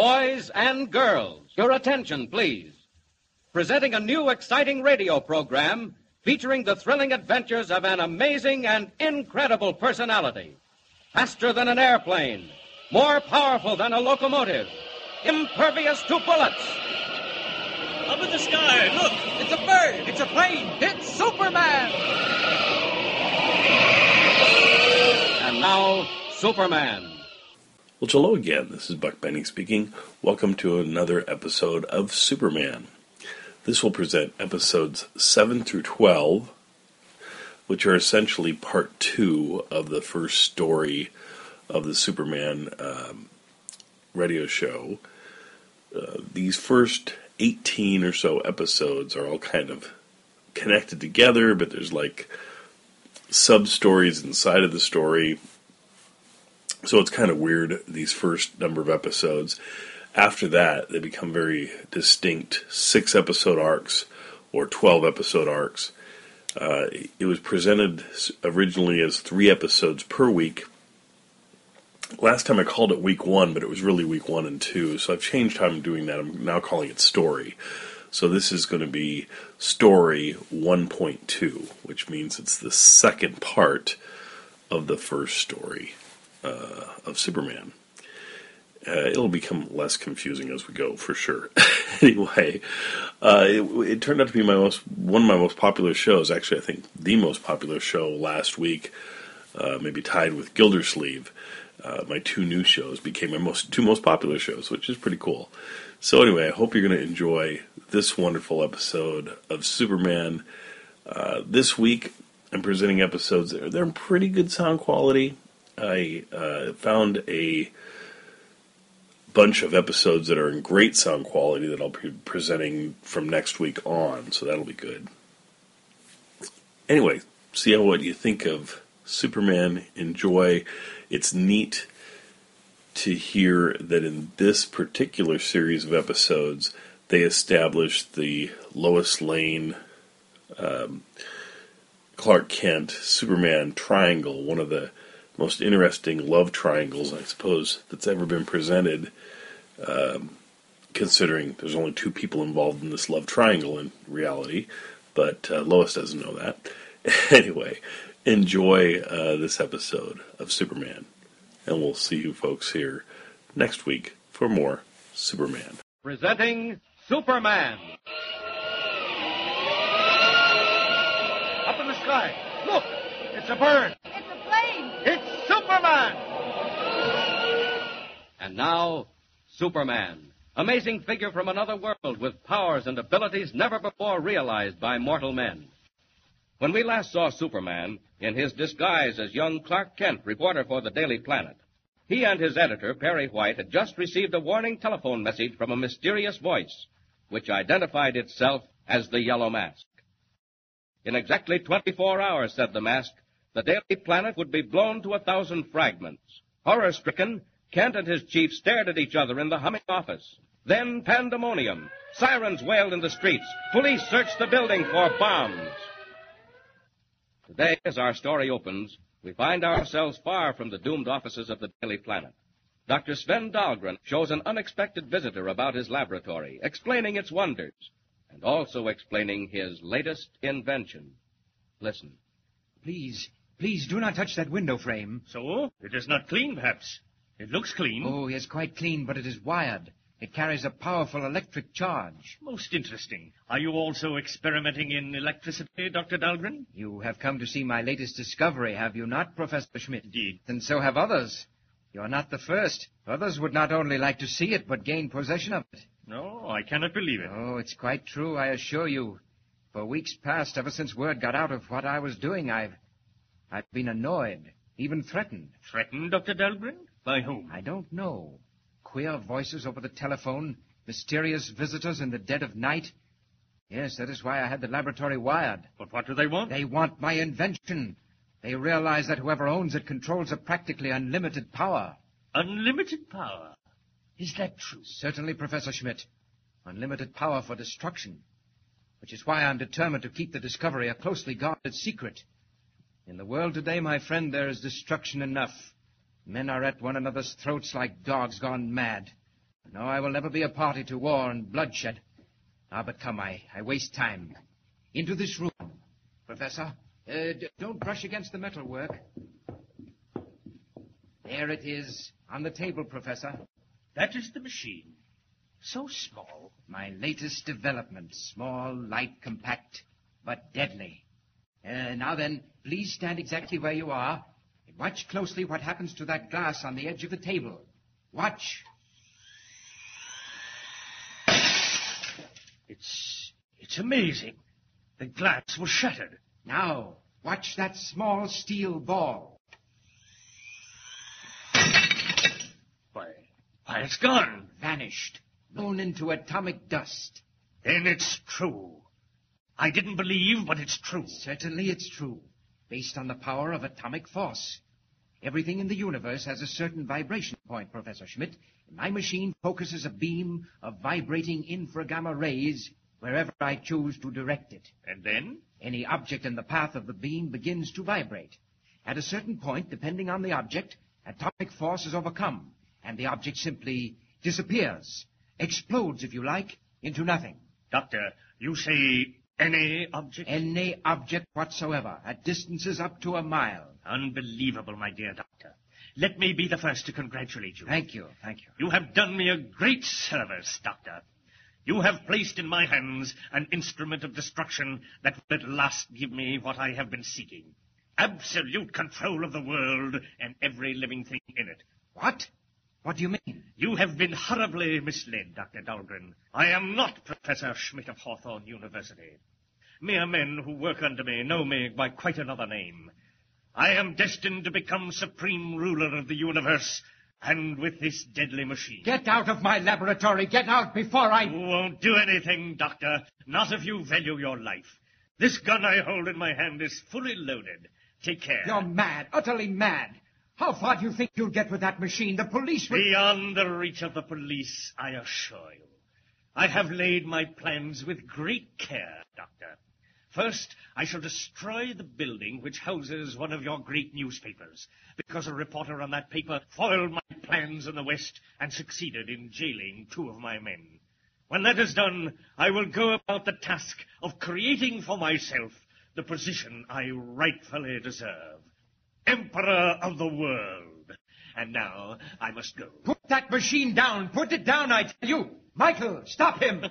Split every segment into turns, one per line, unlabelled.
Boys and girls, your attention, please. Presenting a new exciting radio program featuring the thrilling adventures of an amazing and incredible personality. Faster than an airplane, more powerful than a locomotive, impervious to bullets.
Up in the sky, look!
It's a bird, it's a plane, it's Superman! And now, Superman.
Well, hello again. This is Buck Benny speaking. Welcome to another episode of Superman. This will present episodes 7 through 12, which are essentially part two of the first story of the Superman um, radio show. Uh, these first 18 or so episodes are all kind of connected together, but there's like sub stories inside of the story. So it's kind of weird, these first number of episodes. After that, they become very distinct six episode arcs or 12 episode arcs. Uh, it was presented s- originally as three episodes per week. Last time I called it week one, but it was really week one and two, so I've changed how I'm doing that. I'm now calling it story. So this is going to be story 1.2, which means it's the second part of the first story of Superman. Uh, it'll become less confusing as we go, for sure. anyway, uh, it, it turned out to be my most one of my most popular shows. Actually, I think the most popular show last week, uh, maybe tied with Gildersleeve. Uh, my two new shows became my most two most popular shows, which is pretty cool. So anyway, I hope you're going to enjoy this wonderful episode of Superman. Uh, this week, I'm presenting episodes. They're, they're in pretty good sound quality. I uh, found a bunch of episodes that are in great sound quality that I'll be presenting from next week on, so that'll be good. Anyway, see how what you think of Superman. Enjoy. It's neat to hear that in this particular series of episodes, they established the Lois Lane um, Clark Kent, Superman triangle, one of the most interesting love triangles, I suppose, that's ever been presented, um, considering there's only two people involved in this love triangle in reality, but uh, Lois doesn't know that. anyway, enjoy uh, this episode of Superman, and we'll see you folks here next week for more Superman.
Presenting Superman. Up in the sky. Look, it's a bird.
It's a plane.
It's Superman. And now, Superman. Amazing figure from another world with powers and abilities never before realized by mortal men. When we last saw Superman in his disguise as young Clark Kent, reporter for the Daily Planet, he and his editor, Perry White, had just received a warning telephone message from a mysterious voice, which identified itself as the Yellow Mask. In exactly 24 hours, said the mask, the Daily Planet would be blown to a thousand fragments. Horror stricken, Kent and his chief stared at each other in the humming office. Then pandemonium. Sirens wailed in the streets. Police searched the building for bombs. Today, as our story opens, we find ourselves far from the doomed offices of the Daily Planet. Dr. Sven Dahlgren shows an unexpected visitor about his laboratory, explaining its wonders, and also explaining his latest invention. Listen.
Please, please do not touch that window frame.
So? It is not clean, perhaps. It looks clean.
Oh, yes, quite clean, but it is wired. It carries a powerful electric charge.
Most interesting. Are you also experimenting in electricity, Dr. Dahlgren?
You have come to see my latest discovery, have you not, Professor Schmidt?
Indeed.
And so have others. You are not the first. Others would not only like to see it, but gain possession of it.
No, I cannot believe it.
Oh, it's quite true, I assure you. For weeks past, ever since word got out of what I was doing, I've, I've been annoyed, even threatened.
Threatened, Dr. Dahlgren? By whom?
I don't know. Queer voices over the telephone, mysterious visitors in the dead of night. Yes, that is why I had the laboratory wired.
But what do they want?
They want my invention. They realize that whoever owns it controls a practically unlimited power.
Unlimited power. Is that true?
Certainly, Professor Schmidt. Unlimited power for destruction. Which is why I'm determined to keep the discovery a closely guarded secret. In the world today, my friend, there is destruction enough. Men are at one another's throats like dogs gone mad. No, I will never be a party to war and bloodshed. Ah, but come, I, I waste time. Into this room. Professor, uh, d- don't brush against the metalwork. There it is, on the table, Professor.
That is the machine. So small.
My latest development. Small, light, compact, but deadly. Uh, now then, please stand exactly where you are and watch closely what happens to that glass on the edge of the table. Watch.
It's it's amazing. The glass was shattered.
Now, watch that small steel ball.
Why why it's gone.
Vanished. Blown into atomic dust.
Then it's true. I didn't believe, but it's true.
Certainly it's true. Based on the power of atomic force. Everything in the universe has a certain vibration point, Professor Schmidt. My machine focuses a beam of vibrating infragamma rays wherever I choose to direct it.
And then?
Any object in the path of the beam begins to vibrate. At a certain point, depending on the object, atomic force is overcome, and the object simply disappears, explodes, if you like, into nothing.
Doctor, you say any object?
Any object whatsoever, at distances up to a mile.
Unbelievable, my dear doctor. Let me be the first to congratulate you.
Thank you, thank you.
You have done me a great service, Doctor. You have placed in my hands an instrument of destruction that will at last give me what I have been seeking. Absolute control of the world and every living thing in it.
What? What do you mean?
You have been horribly misled, Dr. Dahlgren. I am not Professor Schmidt of Hawthorne University. Mere men who work under me know me by quite another name. I am destined to become supreme ruler of the universe, and with this deadly machine.
Get out of my laboratory! Get out before
You
I.
won't do anything, Doctor. Not if you value your life. This gun I hold in my hand is fully loaded. Take care.
You're mad, utterly mad. How far do you think you'll get with that machine? The police will.
Beyond the reach of the police, I assure you. I have laid my plans with great care, Doctor. First, I shall destroy the building which houses one of your great newspapers, because a reporter on that paper foiled my plans in the West and succeeded in jailing two of my men. When that is done, I will go about the task of creating for myself the position I rightfully deserve. Emperor of the world. And now I must go.
Put that machine down. Put it down, I tell you. Michael, stop him.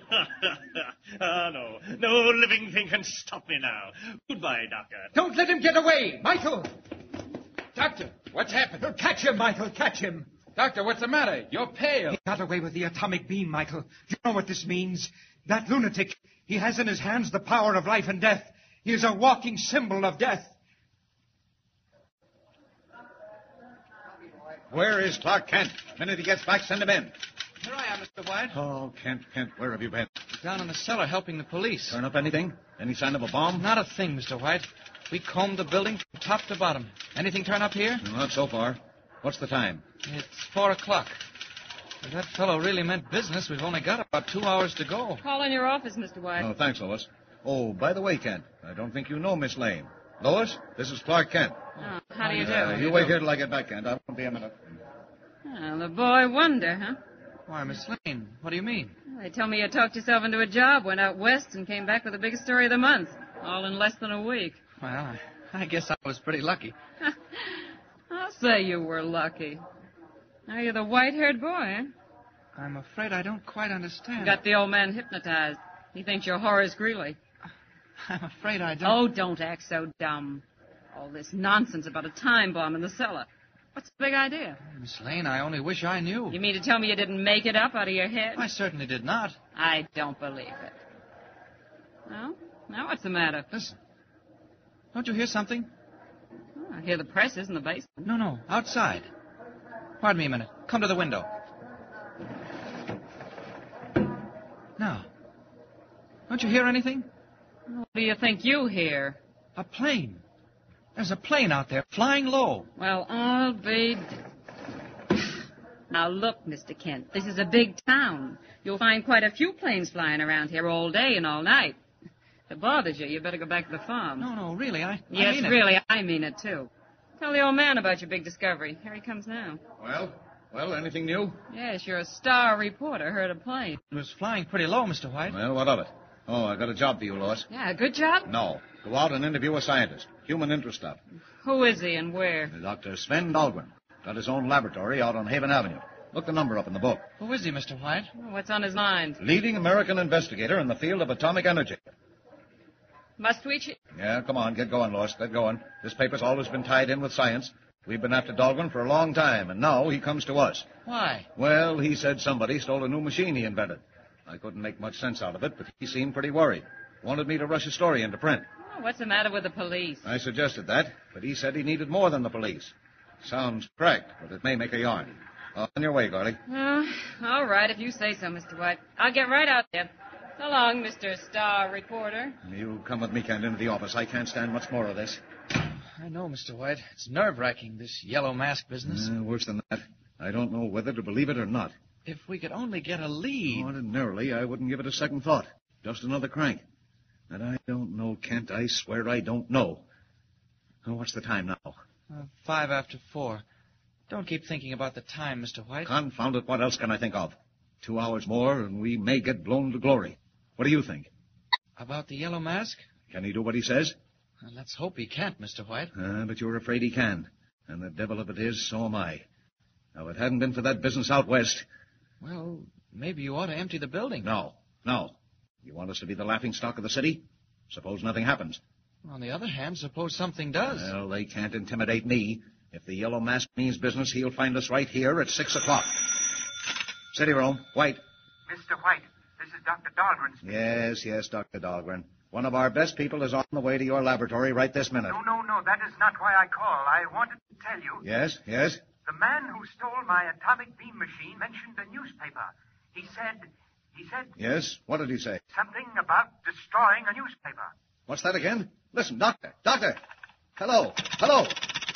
ah, no. No living thing can stop me now. Goodbye, Doctor.
Don't let him get away. Michael. Doctor, what's happened? catch him, Michael. Catch him.
Doctor, what's the matter? You're pale.
He got away with the atomic beam, Michael. You know what this means. That lunatic, he has in his hands the power of life and death. He is a walking symbol of death.
Where is Clark Kent? The minute he gets back, send him in.
Here I am, Mr. White.
Oh, Kent, Kent, where have you been?
Down in the cellar helping the police.
Turn up anything? Any sign of a bomb?
Not a thing, Mr. White. We combed the building from top to bottom. Anything turn up here?
Not so far. What's the time?
It's four o'clock. If that fellow really meant business, we've only got about two hours to go.
Call in your office, Mr. White.
Oh, thanks, Lois. Oh, by the way, Kent, I don't think you know Miss Lane. Lois, this is Clark Kent.
Oh, how do you do?
Uh, you wait here till I get back, Kent. I won't be a minute.
Well, the boy wonder, huh?
Why, Miss Lane, what do you mean?
Well, They tell me you talked yourself into a job, went out west, and came back with the biggest story of the month, all in less than a week.
Well, I, I guess I was pretty lucky.
I'll say you were lucky. Now you're the white-haired boy, eh?
I'm afraid I don't quite understand.
Got the old man hypnotized. He thinks you're Horace Greeley.
I'm afraid I don't.
Oh, don't act so dumb. All this nonsense about a time bomb in the cellar. What's the big idea?
Miss Lane, I only wish I knew.
You mean to tell me you didn't make it up out of your head?
I certainly did not.
I don't believe it. Well, now what's the matter?
Listen. Don't you hear something?
Oh, I hear the press is in the basement.
No, no, outside. Pardon me a minute. Come to the window. Now, don't you hear anything?
What do you think you hear?
A plane. There's a plane out there flying low.
Well, I'll be. d- Now look, Mr. Kent, this is a big town. You'll find quite a few planes flying around here all day and all night. If it bothers you, you better go back to the farm.
No, no, really, I. I
yes,
mean it.
really, I mean it too. Tell the old man about your big discovery. Here he comes now.
Well, Well, anything new?
Yes, your star reporter heard a plane.
It was flying pretty low, Mr. White.
Well, what of it? Oh, I got a job for you, Lois.
Yeah, good job.
No. Go out and interview a scientist. Human interest stuff.
Who is he and where?
Dr. Sven Dahlgren. Got his own laboratory out on Haven Avenue. Look the number up in the book.
Who is he, Mr. White?
What's on his mind?
Leading American investigator in the field of atomic energy.
Must we? Ch-
Yeah, come on, get going, Lois. Get going. This paper's always been tied in with science. We've been after Dahlgren for a long time, and now he comes to us.
Why?
Well, he said somebody stole a new machine he invented. I couldn't make much sense out of it, but he seemed pretty worried. Wanted me to rush a story into print.
Oh, what's the matter with the police?
I suggested that, but he said he needed more than the police. Sounds cracked, but it may make a yarn. on your way, Gordy.
Oh, all right, if you say so, Mr. White. I'll get right out there. So long, Mr. Star Reporter.
You come with me, Kent, into the office. I can't stand much more of this.
I know, Mr. White. It's nerve wracking, this yellow mask business.
Uh, worse than that. I don't know whether to believe it or not.
If we could only get a lead.
Ordinarily, I wouldn't give it a second thought. Just another crank. And I don't know, Kent. I swear I don't know. Oh, what's the time now?
Uh, five after four. Don't keep thinking about the time, Mr. White.
Confound it, what else can I think of? Two hours more, and we may get blown to glory. What do you think?
About the yellow mask?
Can he do what he says?
Uh, Let's hope he can't, Mr. White.
Uh, but you're afraid he can. And the devil of it is, so am I. Now, if it hadn't been for that business out west,
Well, maybe you ought to empty the building.
no, no. You want us to be the laughing stock of the city? Suppose nothing happens.
On the other hand, suppose something does.
Well, they can't intimidate me. If the yellow mask means business, he'll find us right here at six o'clock. City room, White.
Mr. White, this is Dr. Dahlgren. speaking.
Yes, yes, Dr. Dahlgren. One of our best people is on the way to your laboratory right this minute.
No, no, no, that is not why I call. I wanted to tell you
Yes, yes.
the man who stole my atomic beam machine mentioned a newspaper. He said, he said
Yes. What did he say?
something about destroying a newspaper.
What's that again? Listen, Doctor, Doctor. Hello, hello,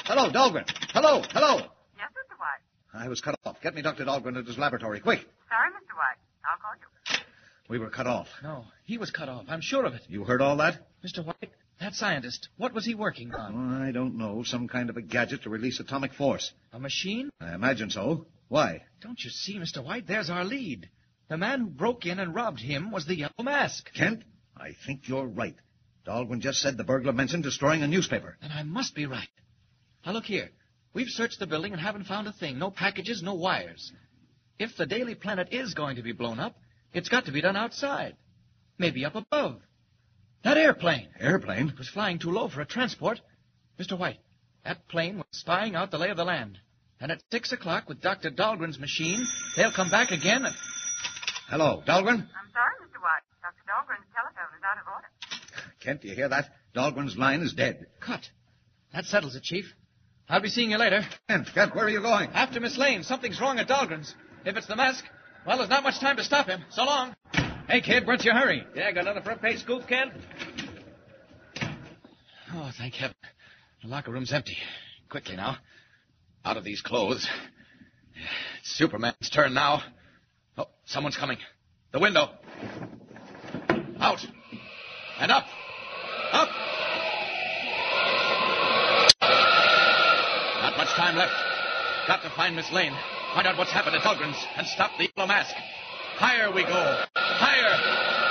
hello, Dahlgren. Hello, hello.
Yes, Mr. White.
I was cut off. Get me Dr. Dahlgren at his laboratory, quick.
Sorry, Mr. White. I'll call you.
We were cut off.
No, he was cut off. I'm sure of it.
You heard all that?
Mr. White, that scientist, what was he working on?
Oh, I don't know. Some kind of a gadget to release atomic force.
A machine?
I imagine so. Why?
Don't you see, Mr. White? There's our lead. The man who broke in and robbed him was the yellow mask.
Kent, I think you're right. Dahlgren just said the burglar mentioned destroying a newspaper.
Then I must be right. Now look here. We've searched the building and haven't found a thing. No packages, no wires. If the Daily Planet is going to be blown up, it's got to be done outside. Maybe up above. That airplane.
Airplane?
It was flying too low for a transport. Mr. White, that plane was spying out the lay of the land. And at six o'clock, with Dr. Dahlgren's machine, they'll come back again and...
Hello, Dahlgren?
I'm sorry, Mr. White. Dr. Dahlgren's telephone is out of order.
Kent, do you hear that? Dahlgren's line is dead.
Cut. That settles it, Chief. I'll be seeing you later.
Kent, Kent, where are you going?
After Miss Lane, something's wrong at Dahlgren's. If it's the mask, well, there's not much time to stop him. So long.
Hey, kid, what's your hurry? Yeah, got another front page scoop, Kent?
Oh, thank heaven. The locker room's empty. Quickly now. Out of these clothes. It's Superman's turn now. Oh, someone's coming. The window. Out. And up. Up. Not much time left. Got to find Miss Lane. Find out what's happened at Helgren's and stop the yellow mask. Higher we go. Higher.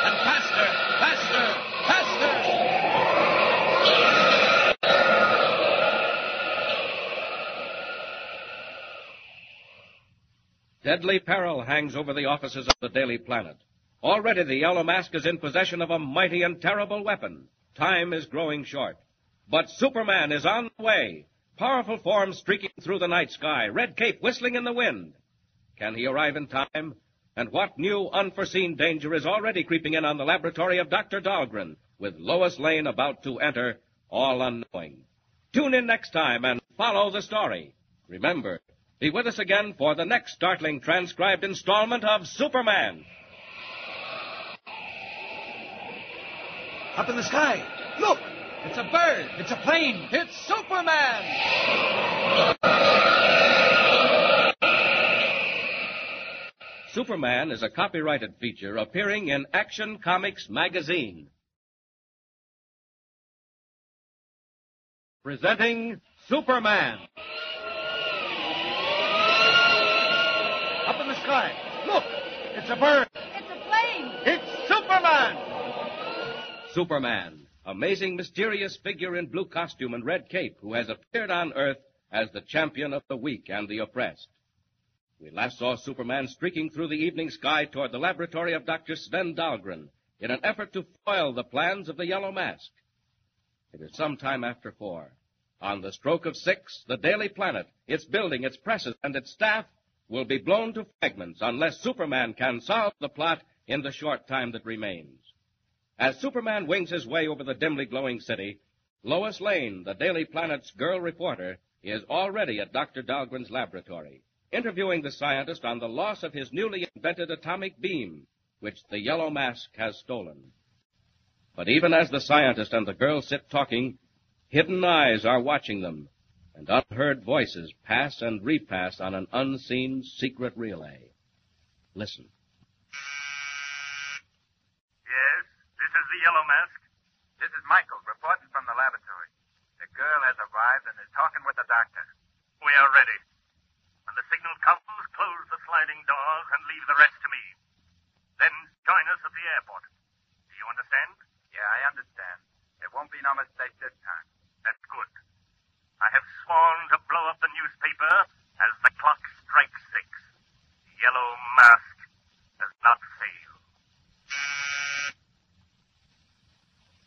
And faster. Faster. Faster.
Deadly peril hangs over the offices of the Daily Planet. Already the Yellow Mask is in possession of a mighty and terrible weapon. Time is growing short. But Superman is on the way. Powerful form streaking through the night sky, red cape whistling in the wind. Can he arrive in time? And what new unforeseen danger is already creeping in on the laboratory of Dr. Dahlgren, with Lois Lane about to enter, all unknowing? Tune in next time and follow the story. Remember, be with us again for the next startling transcribed installment of Superman.
Up in the sky. Look! It's a bird. It's a plane. It's Superman!
Superman is a copyrighted feature appearing in Action Comics magazine. Presenting Superman.
sky. Look, it's a bird.
It's a plane.
It's Superman.
Superman, amazing, mysterious figure in blue costume and red cape who has appeared on Earth as the champion of the weak and the oppressed. We last saw Superman streaking through the evening sky toward the laboratory of Dr. Sven Dahlgren in an effort to foil the plans of the Yellow Mask. It is some time after four. On the stroke of six, the Daily Planet, its building, its presses, and its staff will be blown to fragments unless Superman can solve the plot in the short time that remains. As Superman wings his way over the dimly glowing city, Lois Lane, the Daily Planet's girl reporter, is already at Dr. Dahlgren's laboratory, interviewing the scientist on the loss of his newly invented atomic beam, which the Yellow Mask has stolen. But even as the scientist and the girl sit talking, hidden eyes are watching them, and unheard voices pass and repass on an unseen secret relay. Listen.
Yes, this is the Yellow Mask. This is Michael, reporting from the laboratory. The girl has arrived and is talking with the doctor. We are ready. When the signal comes, close the sliding doors and leave the rest to me. Then join us at the airport. Do you understand? Yeah, I understand. There won't be no mistake this time. That's good. I have sworn to blow up the newspaper as the clock strikes six. The Yellow Mask does not fail.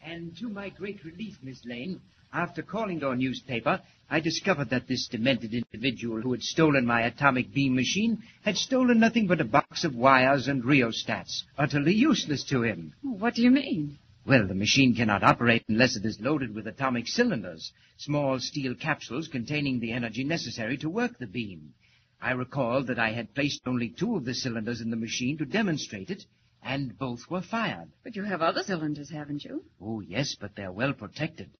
And to my great relief, Miss Lane, after calling our newspaper, I discovered that this demented individual who had stolen my atomic beam machine had stolen nothing but a box of wires and rheostats, utterly useless to him.
What do you mean?
Well, the machine cannot operate unless it is loaded with atomic cylinders, small steel capsules containing the energy necessary to work the beam. I recalled that I had placed only two of the cylinders in the machine to demonstrate it, and both were fired.
But you have other cylinders, haven't you?
Oh, yes, but they're well protected.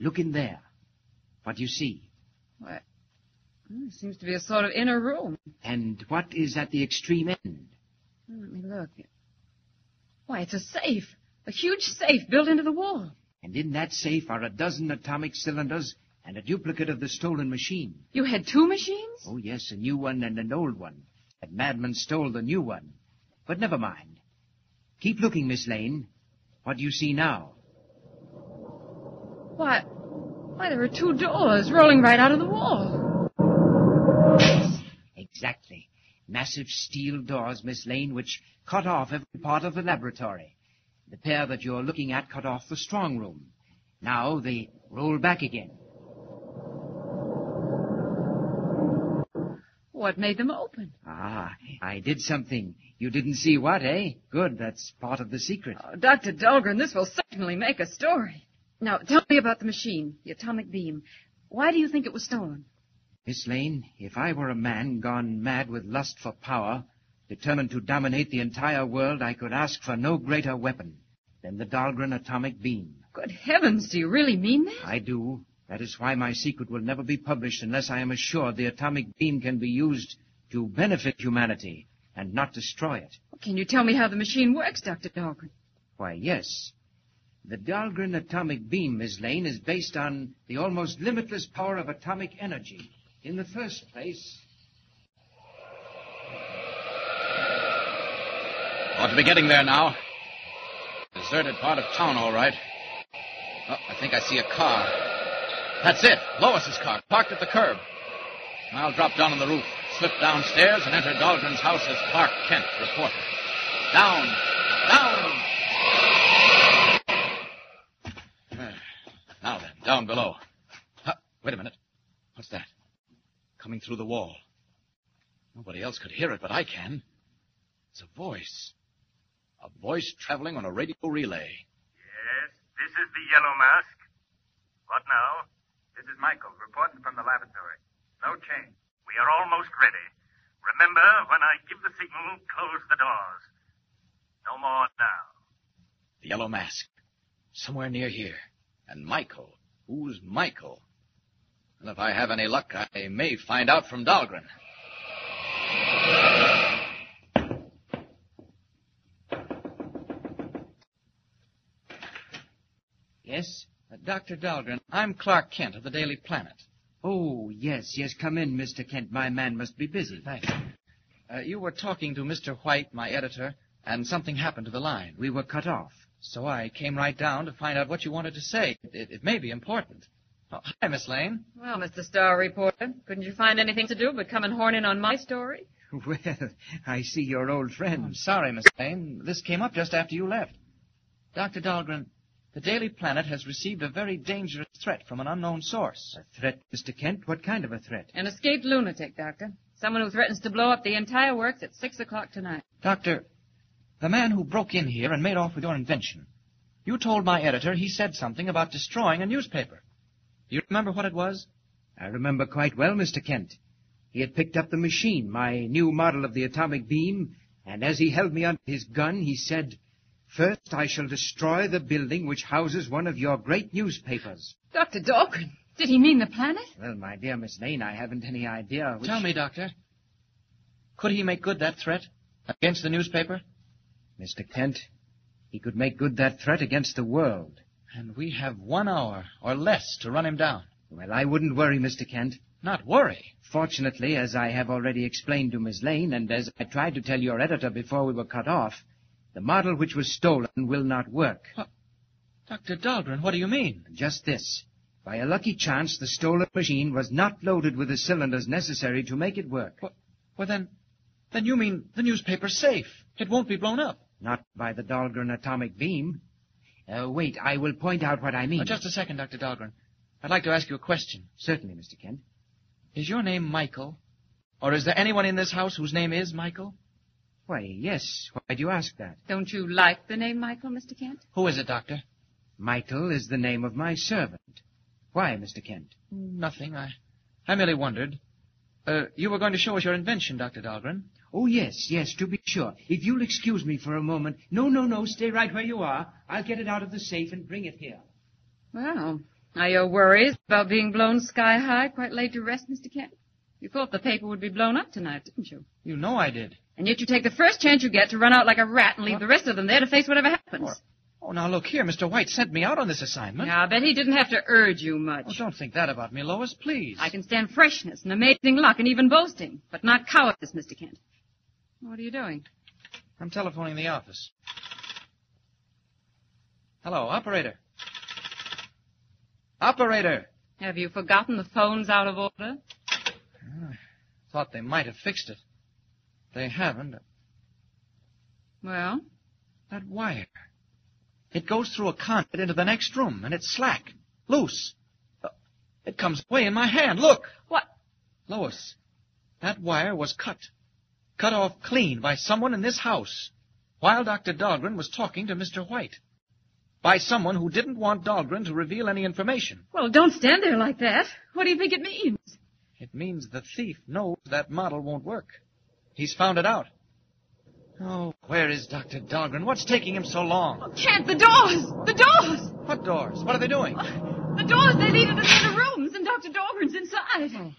Look in there. What do you see?
Why, hmm, seems to be a sort of inner room.
And what is at the extreme end?
Hmm, Let me look. Why, it's a safe. A huge safe built into the wall.
And in that safe are a dozen atomic cylinders and a duplicate of the stolen machine.
You had two machines?
Oh, yes, a new one and an old one. That madman stole the new one. But never mind. Keep looking, Miss Lane. What do you see now?
Why, why, there are two doors rolling right out of the wall.
Exactly. Massive steel doors, Miss Lane, which cut off every part of the laboratory. The pair that you're looking at cut off the strong room. Now they roll back again.
What made them open?
Ah, I did something. You didn't see what, eh? Good, that's part of the secret.
Oh, Dr. Dahlgren, this will certainly make a story. Now, tell me about the machine, the atomic beam. Why do you think it was stolen?
Miss Lane, if I were a man gone mad with lust for power, determined to dominate the entire world, I could ask for no greater weapon than the Dahlgren atomic beam.
Good heavens, do you really mean that?
I do. That is why my secret will never be published unless I am assured the atomic beam can be used to benefit humanity and not destroy it.
Can you tell me how the machine works, Dr. Dahlgren?
Why, yes. The Dahlgren atomic beam, Miss Lane, is based on the almost limitless power of atomic energy. In the first place,
Ought to be getting there now. Deserted part of town, all right. Oh, I think I see a car. That's it. Lois's car, parked at the curb. I'll drop down on the roof, slip downstairs, and enter Dahlgren's house as Clark Kent, reporter. Down, down. Now then, down below. Huh, wait a minute. What's that? Coming through the wall. Nobody else could hear it, but I can. It's a voice. A voice traveling on a radio relay.
Yes, this is the Yellow Mask. What now? This is Michael, reporting from the laboratory. No change. We are almost ready. Remember, when I give the signal, close the doors. No more now.
The yellow mask. Somewhere near here. And Michael. Who's Michael? And if I have any luck, I may find out from Dahlgren.
yes? uh,
Dr. Dahlgren, I'm Clark Kent of the Daily Planet.
Oh, yes, yes, come in, Mr. Kent. My man must be busy.
Thanks.
Uh, you were talking to Mr. White, my editor, and something happened to the line.
We were cut off.
So I came right down to find out what you wanted to say. It, it may be important. Oh, hi, Miss Lane.
Well, Mr. Star Reporter, couldn't you find anything to do but come and horn in on my story?
Well, I see your old
I'm
friend.
sorry, Miss Lane. This came up just after you left. Dr. Dahlgren, the Daily Planet has received a very dangerous threat from an unknown source.
A threat, Mr. Kent? What kind of a threat?
An escaped lunatic, Doctor. Someone who threatens to blow up the entire works at six o'clock tonight.
Doctor, the man who broke in here and made off with your invention. You told my editor he said something about destroying a newspaper. You remember what it was?
I remember quite well, Mr. Kent. He had picked up the machine, my new model of the atomic beam, and as he held me under his gun, he said, First, I shall destroy the building which houses one of your great newspapers.
Dr. Dawkins, did he mean the planet?
Well, my dear Miss Lane, I haven't any idea which...
Tell me, Doctor. Could he make good that threat against the newspaper?
Mr. Kent, he could make good that threat against the world.
And we have one hour or less to run him down.
Well, I wouldn't worry, Mr. Kent.
Not worry.
Fortunately, as I have already explained to Miss Lane, and as I tried to tell your editor before we were cut off, the model which was stolen will not work.
Dr. Dahlgren, what do you mean?
Just this. By a lucky chance, the stolen machine was not loaded with the cylinders necessary to make it work.
Well, then, then you mean the newspaper's safe. It won't be blown up.
Not by the Dahlgren atomic beam. Uh, wait, I will point out what I mean.
Uh, just a second, Dr. Dahlgren. I'd like to ask you a question.
Certainly, Mr. Kent.
Is your name Michael? Or is there anyone in this house whose name is Michael?
Why, yes. Why do you ask that?
Don't you like the name Michael, Mr. Kent?
Who is it, Doctor?
Michael is the name of my servant. Why, Mr. Kent?
Nothing. I, I merely wondered. Uh, you were going to show us your invention, Dr. Dahlgren.
Oh, yes, yes, to be sure. If you'll excuse me for a moment. No, no, no, stay right where you are. I'll get it out of the safe and bring it here.
Well, are your worries about being blown sky high quite laid to rest, Mr. Kent? You thought the paper would be blown up tonight, didn't you?
You know I did.
And yet you take the first chance you get to run out like a rat and leave the rest of them there to face whatever happens.
Oh, now look here. Mr. White sent me out on this assignment.
Now, I bet he didn't have to urge you
Oh,
much.
don't think that about me, Lois, please.
I can stand freshness and amazing luck and even boasting, but not cowardice, Mr. Kent. What are you doing?
I'm telephoning the office. Hello, operator. Operator!
Have you forgotten the phone's out of order?
Thought they might have fixed it. They haven't.
Well,
That wire. It goes through a conduit into the next room, and it's slack, loose. Uh, It comes away in my hand. Look!
what?
Lois, that wire was cut. Cut off clean by someone in this house while Dr. Dahlgren was talking to Mr. White. By someone who didn't want Dahlgren to reveal any information.
Well, don't stand there like that. What do you think it means?
It means the thief knows that model won't work. He's found it out. Oh, where is Dr. Dahlgren? What's taking him so long?
Kent, the doors! The doors!
What doors? What are they doing?
The doors, they lead into the other rooms, and Dr. Dahlgren's
Oh.
inside.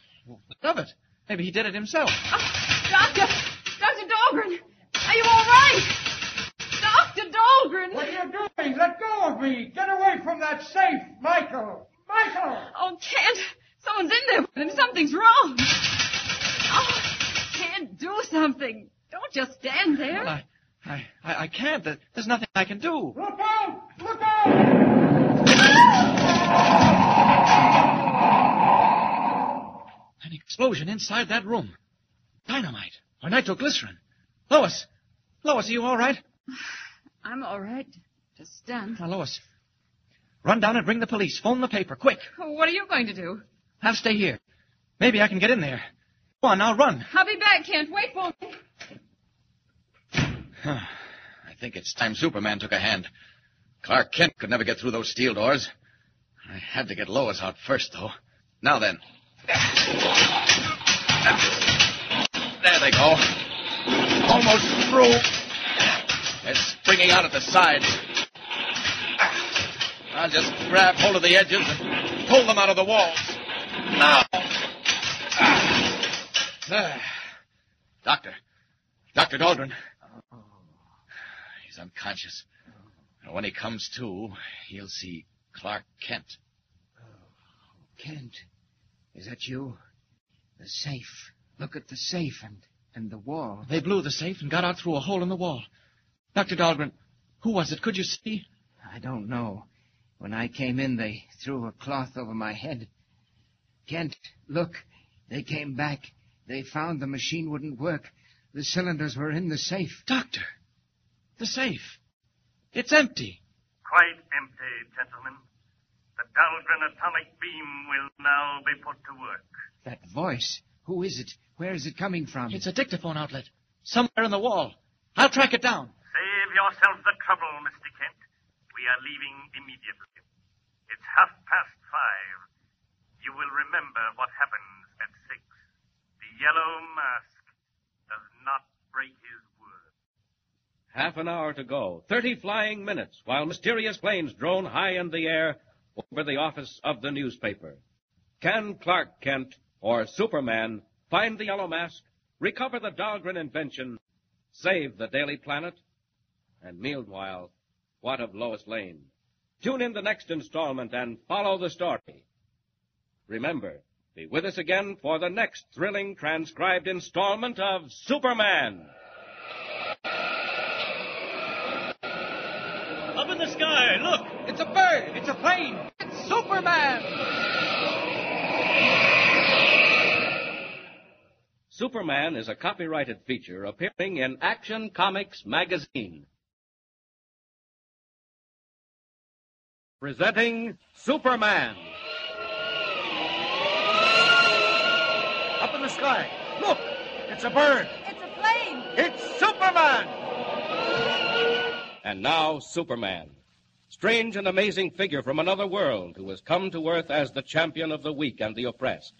Love it. Maybe he did it himself.
Oh, Doctor! Dr. Dahlgren! Are you all right? Dr. Dahlgren! What are you doing? Let go of me! Get away from that safe! Michael! Michael! Oh, Kent! Someone's in there with him. Something's wrong. Oh, Kent, do something. Don't just stand there.
I, I, I I can't. There- There's nothing I can do. An explosion inside that room. Dynamite or nitroglycerin. Lois, Lois, are you all right?
I'm all right. Just stunned.
Now, Lois, run down and bring the police. Phone the paper, quick.
Oh, what are you going to do?
I'll stay here. Maybe I can get in there. Go on, now run.
I'll be back, Kent. Wait for me.
I think it's time Superman took a hand. Clark Kent could never get through those steel doors. I had to get Lois out first, though. Now then. There they go. Almost through. They're springing out at the sides. I'll just grab hold of the edges and pull them out of the walls. Now. There. Doctor. Dr. Dahlgren. He's unconscious. And when he comes to, he'll see Clark Kent.
Kent, is that you? The safe. Look at the safe and. and the wall.
They blew the safe and got out through a hole in the wall. Dr. Dahlgren, who was it? Could you see?
I don't know. When I came in, they threw a cloth over my head. Kent, look. They came back. They found the machine wouldn't work. The cylinders were in the safe.
Doctor, the safe. It's empty.
Quite empty, gentlemen. The Dahlgren atomic beam will now be put to work.
That voice. Who is it? Where is it coming from?
It's a dictaphone outlet. Somewhere in the wall. I'll track it down.
Save yourself the trouble, Mr. Kent. We are leaving immediately. It's half past five. You will remember what happens at six. The yellow mask does not break his word.
Half an hour to go, 30 flying minutes, while mysterious planes drone high in the air over the office of the newspaper. Can Clark Kent or Superman find the yellow mask, recover the Dahlgren invention, save the Daily Planet? And meanwhile, what of Lois Lane? Tune in the next installment and follow the story. Remember, be with us again for the next thrilling transcribed installment of Superman.
Up in the sky, look!
It's a bird. It's a plane. It's Superman.
Superman is a copyrighted feature appearing in Action Comics magazine. Presenting Superman.
Up in the sky, look! It's a bird!
It's a plane.
It's Superman!
And now, Superman. Strange and amazing figure from another world who has come to Earth as the champion of the weak and the oppressed.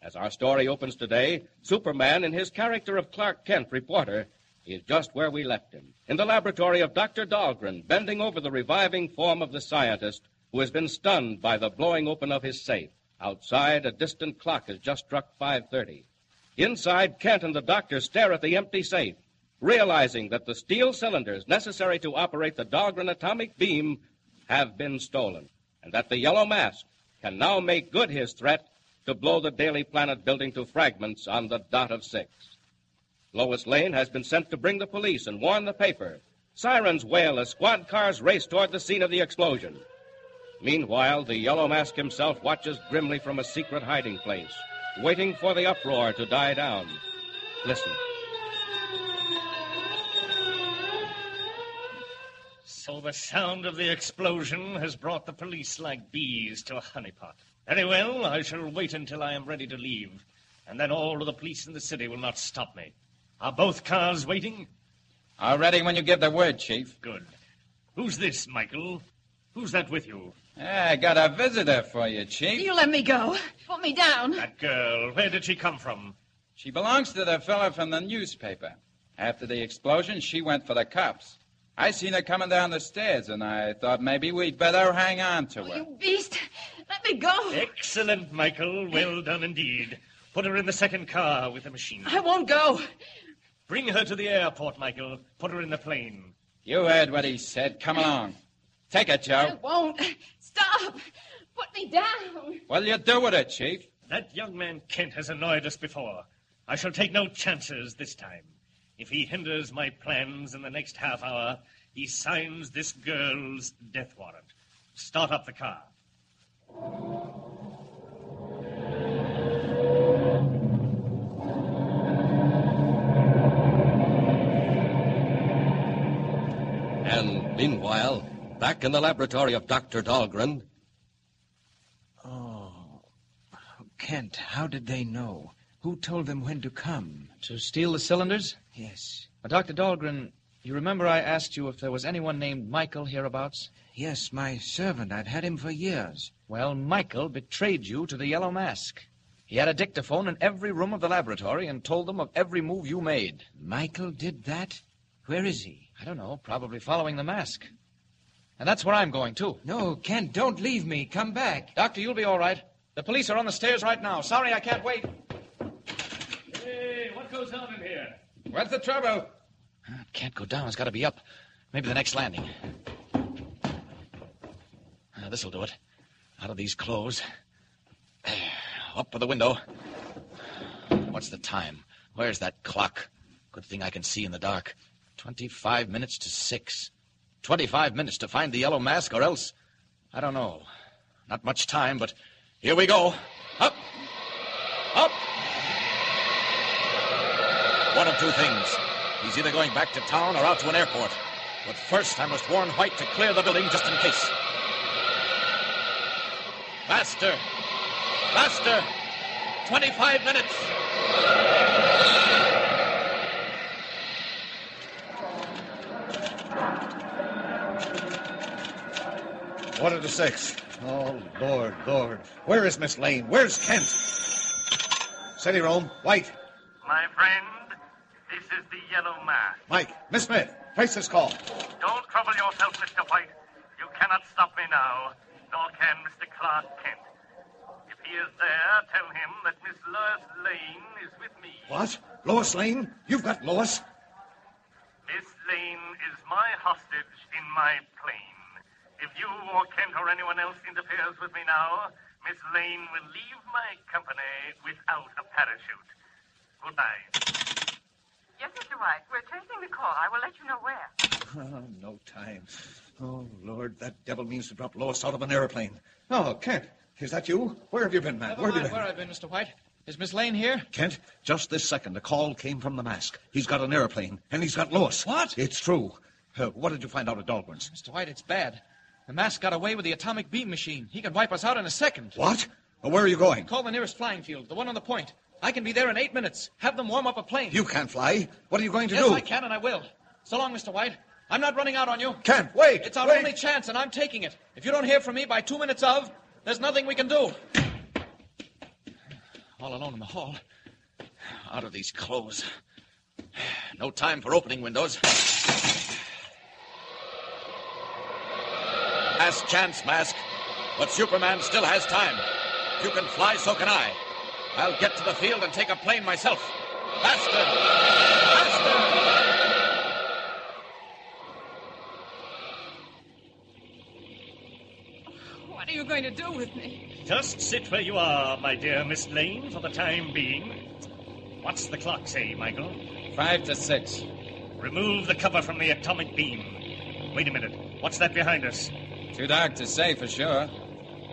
As our story opens today, Superman, in his character of Clark Kent, reporter, is just where we left him, in the laboratory of Dr. Dahlgren, bending over the reviving form of the scientist who has been stunned by the blowing open of his safe. Outside, a distant clock has just struck 5.30. Inside, Kent and the doctor stare at the empty safe, realizing that the steel cylinders necessary to operate the Dahlgren atomic beam have been stolen, and that the yellow mask can now make good his threat to blow the Daily Planet building to fragments on the dot of six. Lois Lane has been sent to bring the police and warn the paper. Sirens wail as squad cars race toward the scene of the explosion. Meanwhile, the Yellow Mask himself watches grimly from a secret hiding place, waiting for the uproar to die down. Listen.
So the sound of the explosion has brought the police like bees to a honeypot. Very well, I shall wait until I am ready to leave, and then all of the police in the city will not stop me. Are both cars waiting?
All ready when you give the word, Chief.
Good. Who's this, Michael? Who's that with you?
I got a visitor for you, Chief.
You let me go. Put me down.
That girl. Where did she come from?
She belongs to the fella from the newspaper. After the explosion, she went for the cops. I seen her coming down the stairs, and I thought maybe we'd better hang on to
Oh,
her.
You beast. Let me go.
Excellent, Michael. Well done indeed. Put her in the second car with the machine.
I won't go.
Bring her to the airport, Michael. Put her in the plane.
You heard what he said. Come along. Take it,
I
Joe.
won't. Stop. Put me down.
What'll you do with her, Chief?
That young man Kent has annoyed us before. I shall take no chances this time. If he hinders my plans in the next half hour, he signs this girl's death warrant. Start up the car.
And meanwhile, back in the laboratory of Dr. Dahlgren,
Oh, Kent, how did they know? Who told them when to come?
To steal the cylinders?
Yes.
Dr. Dahlgren, you remember I asked you if there was anyone named Michael hereabouts?
Yes, my servant. I've had him for years.
Well, Michael betrayed you to the Yellow Mask. He had a dictaphone in every room of the laboratory and told them of every move you made.
Michael did that? Where is he?
I don't know, probably following the mask. And that's where I'm going, too.
No, Kent, don't leave me. Come back.
Doctor, you'll be all right. The police are on the stairs right now. Sorry, I can't wait.
Hey, what goes on in here?
What's the trouble? It Ah, can't go down. It's got to be up. Maybe the next landing. Ah, this'll do it. Out of these Ah, clothes. There. Up for the window. What's the time? Where's that clock? Good thing I can see in the dark. Twenty-five minutes to six. Twenty-five minutes to find the yellow mask, or else. I don't know. Not much time, but here we go. Up! Up! One of two things. He's either going back to town or out to an airport. But first, I must warn White to clear the building just in case. Faster! Faster! 25 minutes! Quarter to six.
Oh, Lord, Lord. Where is Miss Lane? Where's Kent? City Rome, White,
My friend, this is the Yellow Mask.
Mike, Miss Smith, place this call.
Don't trouble yourself, Mr. White. You cannot stop me now, nor can Mr. Clark Kent. If he is there, tell him that Miss Lois Lane is with me.
What? Lois Lane? You've got Lois?
Miss Lane is my hostage in my plane. If you or Kent or anyone else interferes with me now, Miss Lane will leave my company without a parachute. Goodbye.
Yes, Mr. White. We're tracing the call. I will let you know where.
Oh, no time. Oh, Lord, that devil means to drop Lois out of an airplane. Oh, Kent, is that you? Where have you been, man?
Never
Where have you
mind
been?
where I've been, Mr. White. Is Miss Lane here?
Kent, just this second, a call came from the mask. He's got an airplane, and he's got Lois.
What?
It's true. Uh, what did you find out at Dahlgren's?
Mr. White, it's bad. The mask got away with the atomic beam machine. He can wipe us out in a second.
What? Uh, Where are you going?
Call the nearest flying field, the one on the point. I can be there in eight minutes. Have them warm up a plane.
You can't fly. What are you going to
yes,
do?
I can and I will. So long, Mr. White. I'm not running out on you.
Kent, wait,
It's our
wait.
only chance, and I'm taking it. If you don't hear from me by two minutes of, there's nothing we can do.
All alone in the hall. Out of these clothes. No time for opening windows. Last chance, Mask. But Superman still has time. If you can fly, so can I. I'll get to the field and take a plane myself. Faster! Faster!
What are you going to do with me?
Just sit where you are, my dear Miss Lane, for the time being. What's the clock say, Michael?
Five to six.
Remove the cover from the atomic beam. Wait a minute. What's that behind us?
Too dark to say for sure.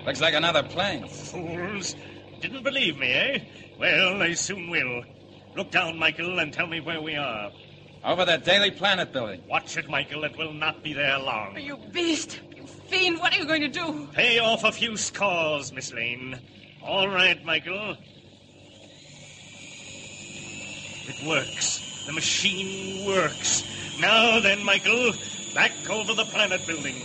Looks like another plane.
Fools. Didn't believe me, eh? Well, they soon will. Look down, Michael, and tell me where we are.
Over the Daily Planet building.
Watch it, Michael. It will not be there long.
You beast! You fiend! What are you going to do?
Pay off a few scores, Miss Lane. All right, Michael. It works. The machine works. Now then, Michael, back over the planet building.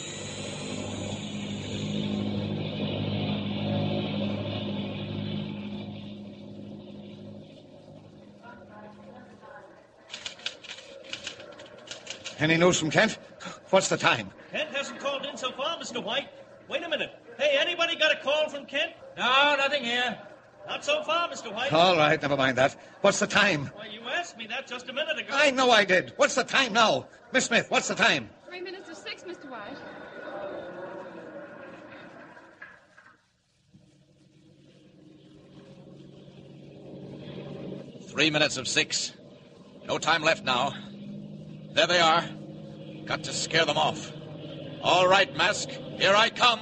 Any news from Kent? What's the time?
Kent hasn't called in so far, Mr. White. Wait a minute. Hey, anybody got a call from Kent?
No, nothing here.
Not so far, Mr. White.
All right, never mind that. What's the time?
Why, you asked me that just a minute ago.
I know I did. What's the time now? Miss Smith, what's the time?
Three minutes to six, Mr. White.
Three minutes of six. No time left now. There they are. Got to scare them off. All right, Mask. Here I come.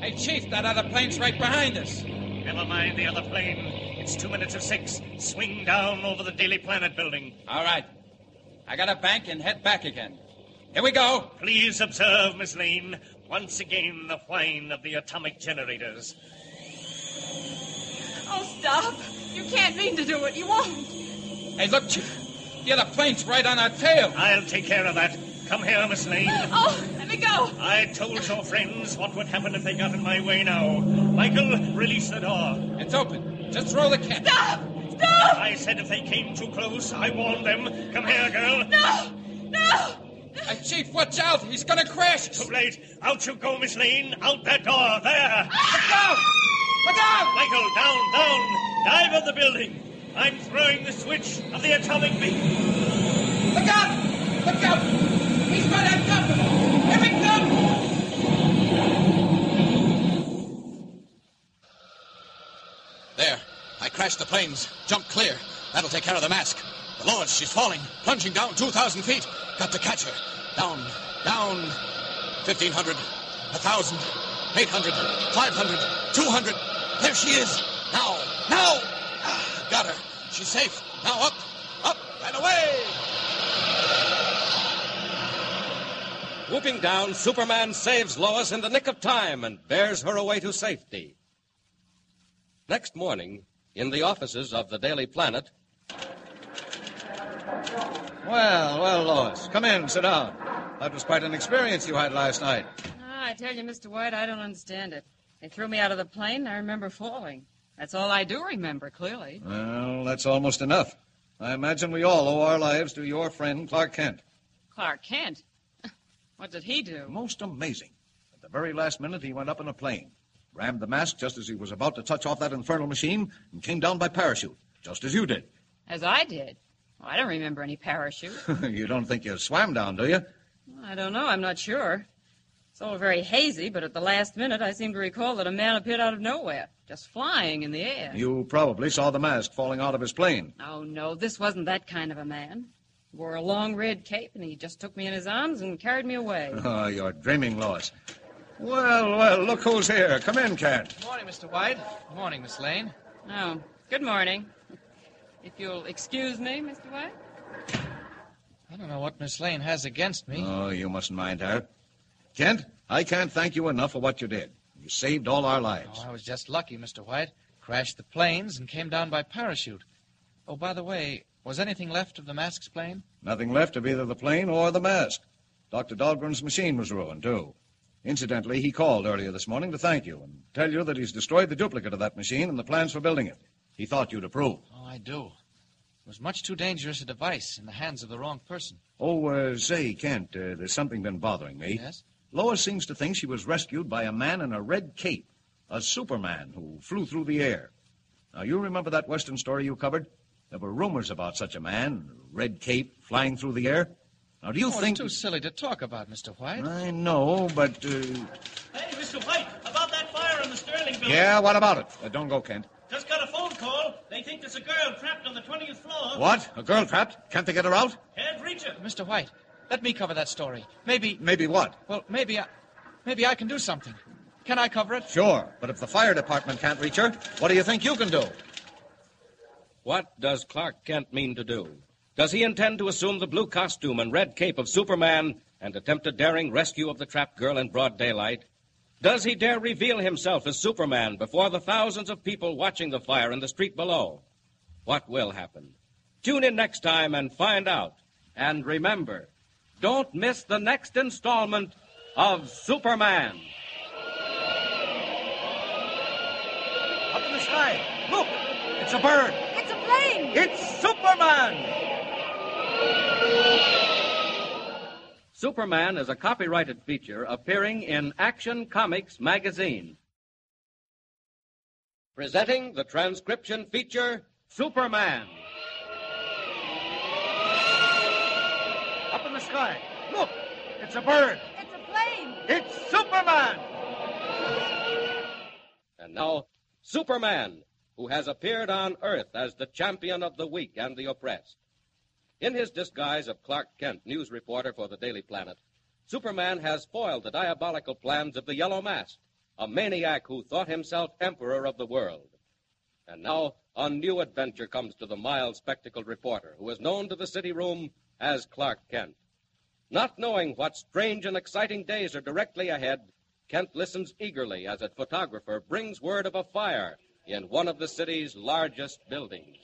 Hey, Chief, that other plane's right behind us.
Never mind the other plane. It's two minutes of six. Swing down over the Daily Planet building.
All right. I gotta bank and head back again. Here we go.
Please observe, Miss Lane, once again the whine of the atomic generators.
Oh, stop! You can't mean to do it. You won't.
Hey, look, Chief. The other plane's right on our tail.
I'll take care of that. Come here, Miss Lane.
Oh, let me go.
I told your friends what would happen if they got in my way now. Michael, release the door.
It's open. Just throw the can.
Stop! Stop!
I said if they came too close, I warned them. Come here, girl.
No! No!
Hey, Chief, watch out. He's gonna crash us.
Too late. Out you go, Miss Lane. Out that door. There.
Look out! Look out!
Michael, down, down. Dive of the building. I'm throwing the switch of the atomic beam.
Look out! Look out! He's right on top of us. Here it comes!
There. I crashed the planes. Jump clear. That'll take care of the mask. The Lord, she's falling, plunging down 2,000 feet. Got to catch her. Down, down. 1,500, 1,000, 800, 500, 200. There she is. Now, now. Ah, got her. She's safe. Now up, up, and away.
Whooping down, Superman saves Lois in the nick of time and bears her away to safety. Next morning, in the offices of the Daily Planet.
Well, well, Lois, come in, sit down. That was quite an experience you had last night.
Ah, I tell you, Mr. White, I don't understand it. They threw me out of the plane, and I remember falling. That's all I do remember, clearly.
Well, that's almost enough. I imagine we all owe our lives to your friend Clark Kent.
Clark Kent? what did he do?
Most amazing. At the very last minute, he went up in a plane, rammed the mask just as he was about to touch off that infernal machine, and came down by parachute, just as you did.
As I did. Well, I don't remember any parachute.
you don't think you swam down, do you?
I don't know. I'm not sure. It's all very hazy, but at the last minute, I seem to recall that a man appeared out of nowhere, just flying in the air.
You probably saw the mask falling out of his plane.
Oh, no, this wasn't that kind of a man. He wore a long red cape, and he just took me in his arms and carried me away.
Oh, you're dreaming, Lois. Well, well, look who's here. Come in, Cat.
Good morning, Mr. White. Good morning, Miss Lane.
Oh, good morning. If you'll excuse me, Mr. White.
I don't know what Miss Lane has against me.
Oh, you mustn't mind her. Kent, I can't thank you enough for what you did. You saved all our lives.
Oh, I was just lucky, Mr. White. Crashed the planes and came down by parachute. Oh, by the way, was anything left of the mask's plane?
Nothing left of either the plane or the mask. Dr. Dahlgren's machine was ruined, too. Incidentally, he called earlier this morning to thank you and tell you that he's destroyed the duplicate of that machine and the plans for building it. He thought you'd approve.
Oh, I do. It was much too dangerous a device in the hands of the wrong person.
Oh, uh, say, Kent, uh, there's something been bothering me.
Yes?
Lois seems to think she was rescued by a man in a red cape, a Superman who flew through the air. Now, you remember that Western story you covered? There were rumors about such a man, red cape, flying through the air. Now, do you
oh,
think.
It's too silly to talk about, Mr. White.
I know, but. Uh...
Hey, Mr. White, about that fire in the Sterling building.
Yeah, what about it? Uh, don't go, Kent.
Just got a phone call. They think there's a girl trapped on the 20th floor.
What? A girl trapped? Can't they get her out?
Can't reach her.
Mr. White, let me cover that story. Maybe.
Maybe what?
Well, maybe I. Maybe I can do something. Can I cover it?
Sure, but if the fire department can't reach her, what do you think you can do?
What does Clark Kent mean to do? Does he intend to assume the blue costume and red cape of Superman and attempt a daring rescue of the trapped girl in broad daylight? Does he dare reveal himself as Superman before the thousands of people watching the fire in the street below? What will happen? Tune in next time and find out. And remember, don't miss the next installment of Superman.
Up in the sky, look! It's a bird!
It's a plane!
It's Superman!
Superman is a copyrighted feature appearing in Action Comics magazine. Presenting the transcription feature Superman.
Up in the sky. Look! It's a bird!
It's a plane!
It's Superman!
And now, Superman, who has appeared on Earth as the champion of the weak and the oppressed. In his disguise of Clark Kent, news reporter for the Daily Planet, Superman has foiled the diabolical plans of the Yellow Mask, a maniac who thought himself emperor of the world. And now a new adventure comes to the mild spectacled reporter who is known to the city room as Clark Kent. Not knowing what strange and exciting days are directly ahead, Kent listens eagerly as a photographer brings word of a fire in one of the city's largest buildings.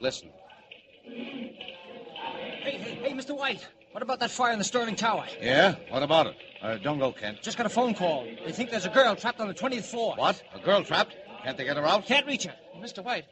Listen.
Hey, hey, hey, Mr. White. What about that fire in the Sterling Tower?
Yeah? What about it? Uh, don't go, Kent.
Just got a phone call. They think there's a girl trapped on the 20th floor.
What? A girl trapped? Can't they get her out?
Can't reach her.
Mr. White,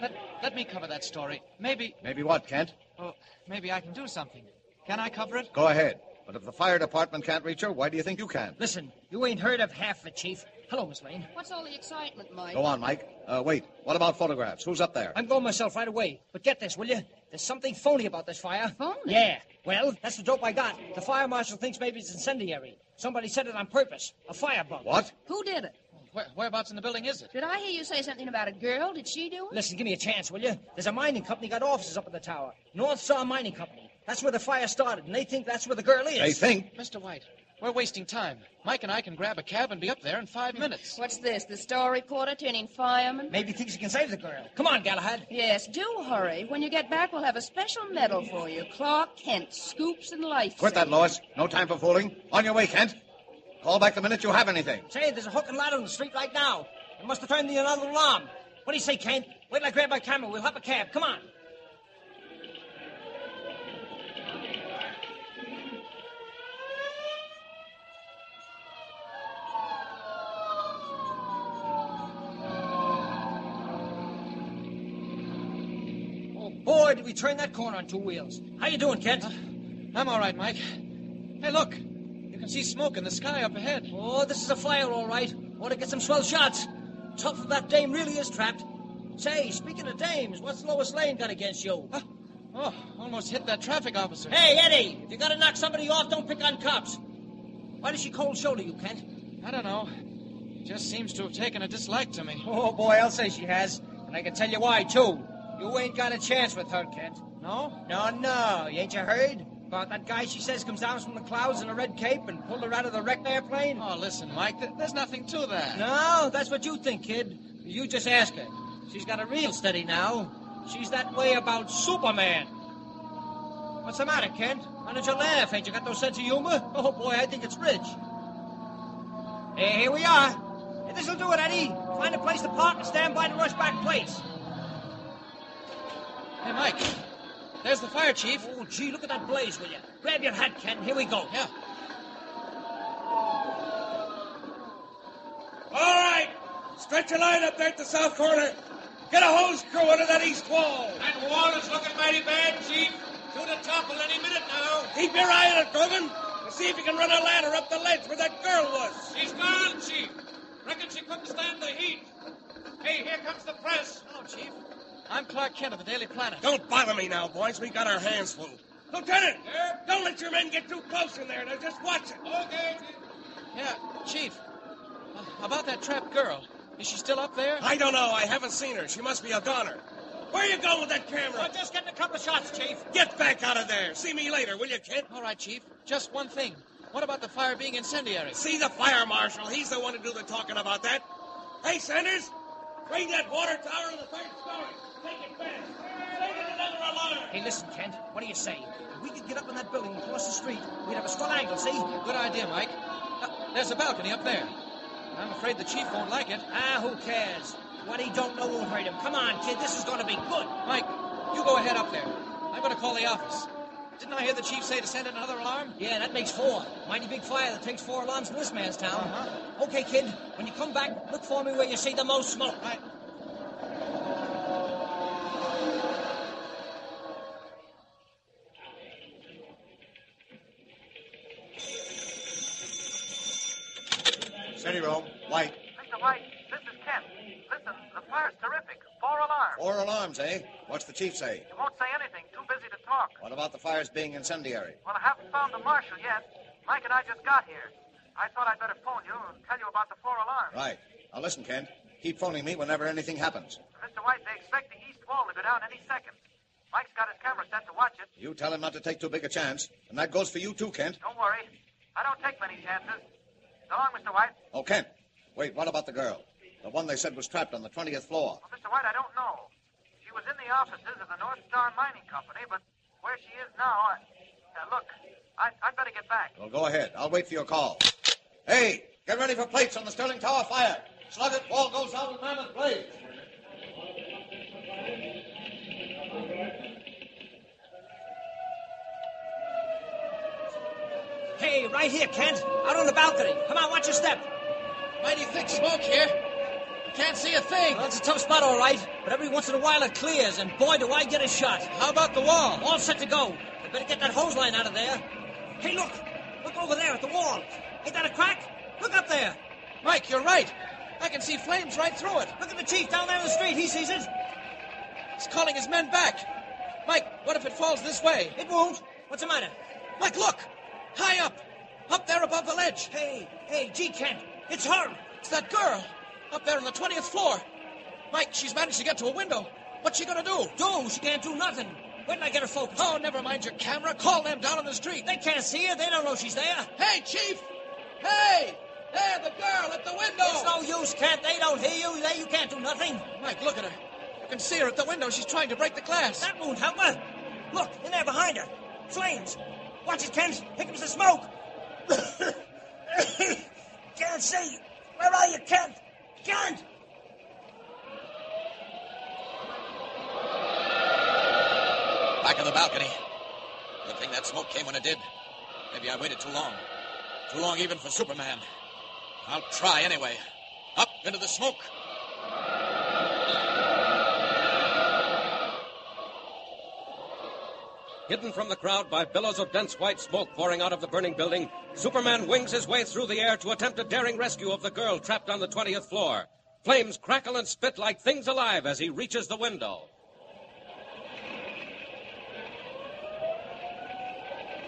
let, let me cover that story. Maybe.
Maybe what, Kent?
Oh, maybe I can do something. Can I cover it?
Go ahead. But if the fire department can't reach her, why do you think you can?
Listen, you ain't heard of half the Chief. Hello, Miss Lane.
What's all the excitement, Mike?
Go on, Mike. Uh, wait. What about photographs? Who's up there?
I'm going myself right away. But get this, will you? There's something phony about this fire.
Phony?
Yeah. Well, that's the dope I got. The fire marshal thinks maybe it's incendiary. Somebody set it on purpose. A fire bug.
What?
Who did it?
Where, whereabouts in the building is it?
Did I hear you say something about a girl? Did she do it?
Listen, give me a chance, will you? There's a mining company got offices up in the tower. North Star Mining Company. That's where the fire started, and they think that's where the girl is.
They think?
Mr. White, we're wasting time. Mike and I can grab a cab and be up there in five minutes.
What's this? The star reporter turning fireman?
Maybe thinks he can save the girl. Come on, Galahad.
Yes, do hurry. When you get back, we'll have a special medal for you. Clark Kent, Scoops and Life.
Quit that,
Savers.
Lois. No time for fooling. On your way, Kent. Call back the minute you have anything.
Say, there's a hook and ladder in the street right now. It must have turned the another alarm. What do you say, Kent? Wait till I grab my camera. We'll hop a cab. Come on. Oh Boy, did we turn that corner on two wheels. How you doing, Kent?
Uh, I'm all right, Mike. Hey, look. You can see smoke in the sky up ahead.
Oh, this is a flyer, all right. Ought to get some swell shots. Tough if that dame really is trapped. Say, speaking of dames, what's Lois Lane got against you?
Oh, almost hit that traffic officer.
Hey, Eddie, if you gotta knock somebody off, don't pick on cops. Why does she cold shoulder you, Kent?
I don't know. Just seems to have taken a dislike to me.
Oh, boy, I'll say she has. And I can tell you why, too. You ain't got a chance with her, Kent.
No?
No, no. You ain't you heard? About that guy she says comes down from the clouds in a red cape and pulled her out of the wrecked airplane?
Oh, listen, Mike, th- there's nothing to that.
No, that's what you think, kid. You just ask her. She's got a real steady now. She's that way about Superman. What's the matter, Kent? Why don't you laugh? Ain't you got no sense of humor? Oh, boy, I think it's rich. Hey, here we are. Hey, this'll do it, Eddie. Find a place to park and stand by to rush back plates.
Hey, Mike, there's the fire chief.
Oh, gee, look at that blaze, will you? Grab your hat, Kent. Here we go.
Yeah.
All right, stretch your line up there at the south corner. Get a hose crew under that east wall. That wall is looking mighty bad, Chief. Due to topple any minute now. Keep your eye on it, Grogan. And see if you can run a ladder up the ledge where that girl was. She's gone, Chief. Reckon she couldn't stand the heat. Hey, here comes the press.
Hello, Chief. I'm Clark Kent of the Daily Planet.
Don't bother me now, boys. We got our hands full. Lieutenant, don't let your men get too close in there. Now just watch it. Okay,
Yeah, Chief. Uh, about that trapped girl. Is she still up there?
I don't know. I haven't seen her. She must be a goner. Where you going with that camera?
I'm just getting a couple of shots, Chief.
Get back out of there. See me later, will you, kid?
All right, Chief. Just one thing. What about the fire being incendiary?
See the fire marshal. He's the one to do the talking about that. Hey, Sanders, bring that water tower to the third story. Take it fast. Take it another alarm.
Hey, listen, Kent. What do you say? If we could get up in that building across the street, we'd have a strong angle, see?
Good idea, Mike. Uh, there's a balcony up there. I'm afraid the chief won't like it.
Ah, who cares? What he don't know won't hurt him. Come on, kid. This is going to be good.
Mike, you go ahead up there. I'm going to call the office. Didn't I hear the chief say to send in another alarm?
Yeah, that makes four. Mighty big fire that takes four alarms in this man's town.
Uh-huh.
Okay, kid. When you come back, look for me where you see the most smoke.
I...
City room. White.
Mr. White, this is Kent. Listen, the fire's terrific. Four alarms.
Four alarms, eh? What's the chief say?
You won't say anything. Too busy to talk.
What about the fires being incendiary?
Well, I haven't found the marshal yet. Mike and I just got here. I thought I'd better phone you and tell you about the four alarms.
Right. Now listen, Kent. Keep phoning me whenever anything happens.
Mr. White, they expect the east wall to go down any second. Mike's got his camera set to watch it.
You tell him not to take too big a chance, and that goes for you too, Kent.
Don't worry. I don't take many chances. So long, Mr. White.
Oh, Kent. Wait, what about the girl? The one they said was trapped on the 20th floor.
Well, Mr. White, I don't know. She was in the offices of the North Star Mining Company, but where she is now, I... Uh, look, I, I'd better get back.
Well, go ahead. I'll wait for your call. Hey, get ready for plates on the Sterling Tower fire. Slug it, ball goes out, and mammoth blaze.
Hey, right here, Kent. Out on the balcony. Come on, watch your step.
Mighty thick smoke here. Can't see a thing.
Well, that's a tough spot, all right. But every once in a while it clears, and boy, do I get a shot.
How about the wall?
All set to go. I better get that hose line out of there. Hey, look. Look over there at the wall. Ain't that a crack? Look up there.
Mike, you're right. I can see flames right through it.
Look at the chief down there in the street. He sees it.
He's calling his men back. Mike, what if it falls this way?
It won't. What's the matter?
Mike, look! High up! Up there above the ledge!
Hey, hey, gee, Kent. It's her.
It's that girl!
Up there on the 20th floor. Mike, she's managed to get to a window. What's she gonna do? Do? She can't do nothing. When I get her focused? Oh, never mind your camera. Call them down on the street. They can't see her. They don't know she's there. Hey, Chief! Hey! There, the girl at the window! It's no use, Kent. They don't hear you. They, you can't do nothing. Mike, look at her. You can see her at the window. She's trying to break the glass. That won't help her. Look, in there behind her. Flames. Watch it, Kent. Here comes the smoke. Can't see. Where are you, Kent? Kent!
Back of the balcony. Good thing that smoke came when it did. Maybe I waited too long. Too long even for Superman. I'll try anyway. Up into the smoke.
Hidden from the crowd by billows of dense white smoke pouring out of the burning building, Superman wings his way through the air to attempt a daring rescue of the girl trapped on the 20th floor. Flames crackle and spit like things alive as he reaches the window.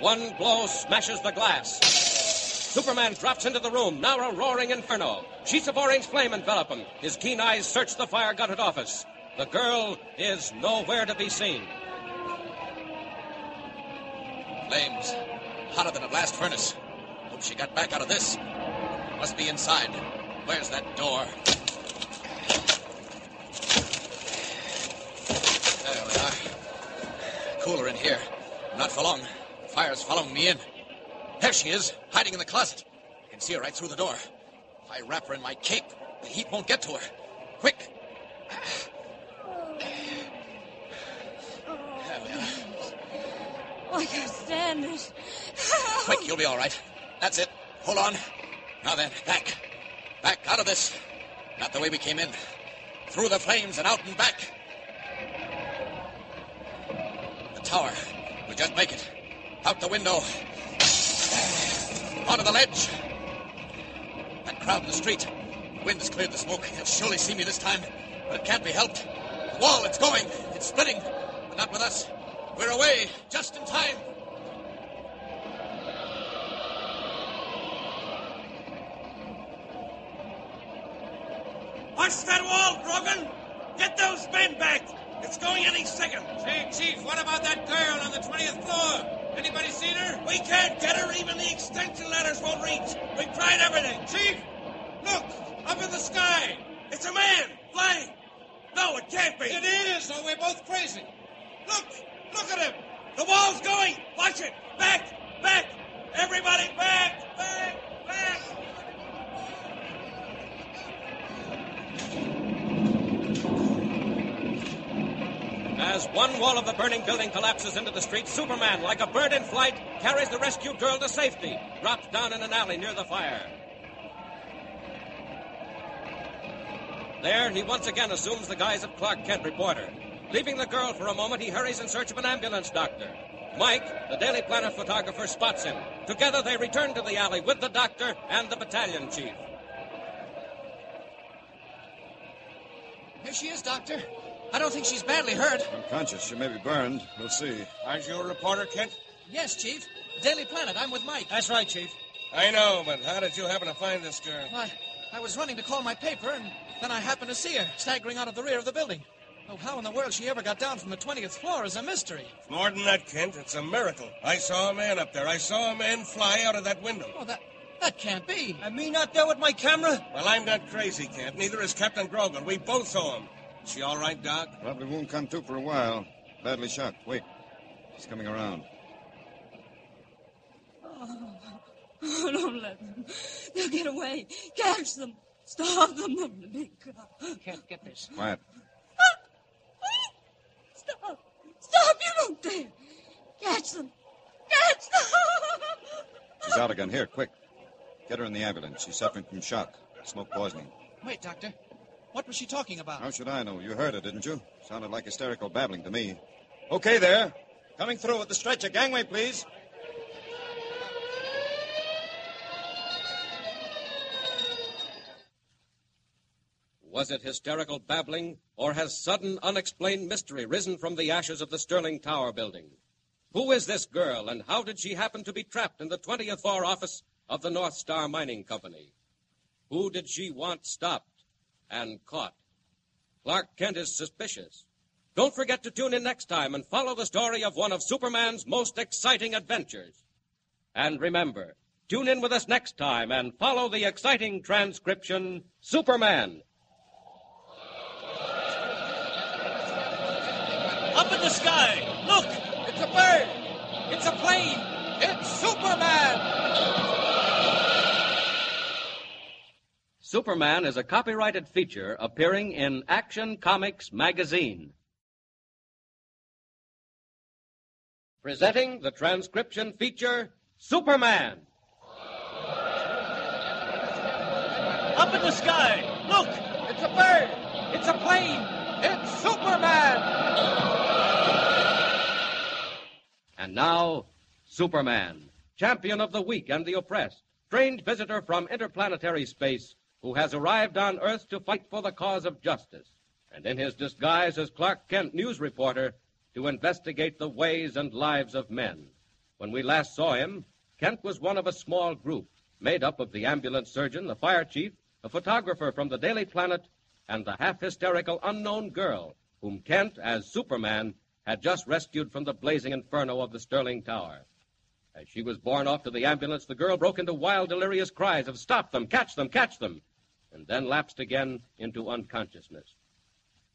One blow smashes the glass. Superman drops into the room, now a roaring inferno. Sheets of orange flame envelop him. His keen eyes search the fire gutted office. The girl is nowhere to be seen.
Flames. Hotter than a blast furnace. Hope she got back out of this. Must be inside. Where's that door? There we are. Cooler in here. Not for long. Fire's following me in. There she is, hiding in the closet. I can see her right through the door. If I wrap her in my cape, the heat won't get to her. Quick! There we are.
Oh,
I can't stand it.
Quick, you'll be all right. That's it. Hold on. Now then, back. Back out of this. Not the way we came in. Through the flames and out and back. The tower. We just make it. Out the window. Onto the ledge. That crowd in the street. Wind's cleared the smoke. They'll surely see me this time. But it can't be helped. The wall, it's going. It's splitting. But not with us. We're away. Just in time.
Watch that wall, Grogan! Get those men back! It's going any second. Say, Chief, what about that girl on the 20th floor? Anybody seen her? We can't get her. Even the extension ladders won't reach. We tried everything. Chief, look! Up in the sky! It's a man! Flying! No, it can't be! It is, or we're both crazy. Look! Look at him! The wall's going! Watch it! Back! Back! Everybody back! Back! Back!
As one wall of the burning building collapses into the street, Superman, like a bird in flight, carries the rescued girl to safety, drops down in an alley near the fire. There, he once again assumes the guise of Clark Kent reporter. Leaving the girl for a moment, he hurries in search of an ambulance doctor. Mike, the Daily Planet photographer, spots him. Together, they return to the alley with the doctor and the battalion chief.
Here she is, Doctor. I don't think she's badly hurt.
Unconscious. She may be burned. We'll see.
Aren't you a reporter, Kent? Yes, Chief. Daily Planet. I'm with Mike. That's right, Chief.
I know, but how did you happen to find this girl?
I, I was running to call my paper, and then I happened to see her staggering out of the rear of the building. Oh, how in the world she ever got down from the 20th floor is a mystery.
It's More than that, Kent. It's a miracle. I saw a man up there. I saw a man fly out of that window.
Oh, that that can't be.
And me not there with my camera? Well, I'm not crazy, Kent. Neither is Captain Grogan. We both saw him. Is she all right, Doc?
Probably won't come to for a while. Badly shocked. Wait. She's coming around.
Oh, oh, don't let them. They'll get away. Catch them. Stop them from the big car.
Can't get this.
Quiet.
Stop. Stop. You don't dare. Catch them. Catch them.
She's out again. Here, quick. Get her in the ambulance. She's suffering from shock. Smoke poisoning.
Wait, Doctor. What was she talking about?
How should I know? You heard her, didn't you? Sounded like hysterical babbling to me. Okay, there. Coming through with the stretcher. Gangway, please.
Was it hysterical babbling, or has sudden unexplained mystery risen from the ashes of the Sterling Tower building? Who is this girl, and how did she happen to be trapped in the 20th floor office of the North Star Mining Company? Who did she want stopped?
and caught. Clark Kent is suspicious. Don't forget to tune in next time and follow the story of one of Superman's most exciting adventures. And remember, tune in with us next time and follow the exciting transcription Superman.
Up in the sky! Look! It's a bird! It's a plane! It's Superman!
Superman is a copyrighted feature appearing in Action Comics magazine. Presenting the transcription feature Superman.
Up in the sky! Look! It's a bird! It's a plane! It's Superman!
And now, Superman, champion of the weak and the oppressed, trained visitor from interplanetary space who has arrived on Earth to fight for the cause of justice, and in his disguise as Clark Kent news reporter to investigate the ways and lives of men. When we last saw him, Kent was one of a small group made up of the ambulance surgeon, the fire chief, a photographer from the Daily Planet, and the half hysterical unknown girl whom Kent, as Superman, had just rescued from the blazing inferno of the Sterling Tower. As she was borne off to the ambulance, the girl broke into wild, delirious cries of Stop them! Catch them! Catch them! and then lapsed again into unconsciousness.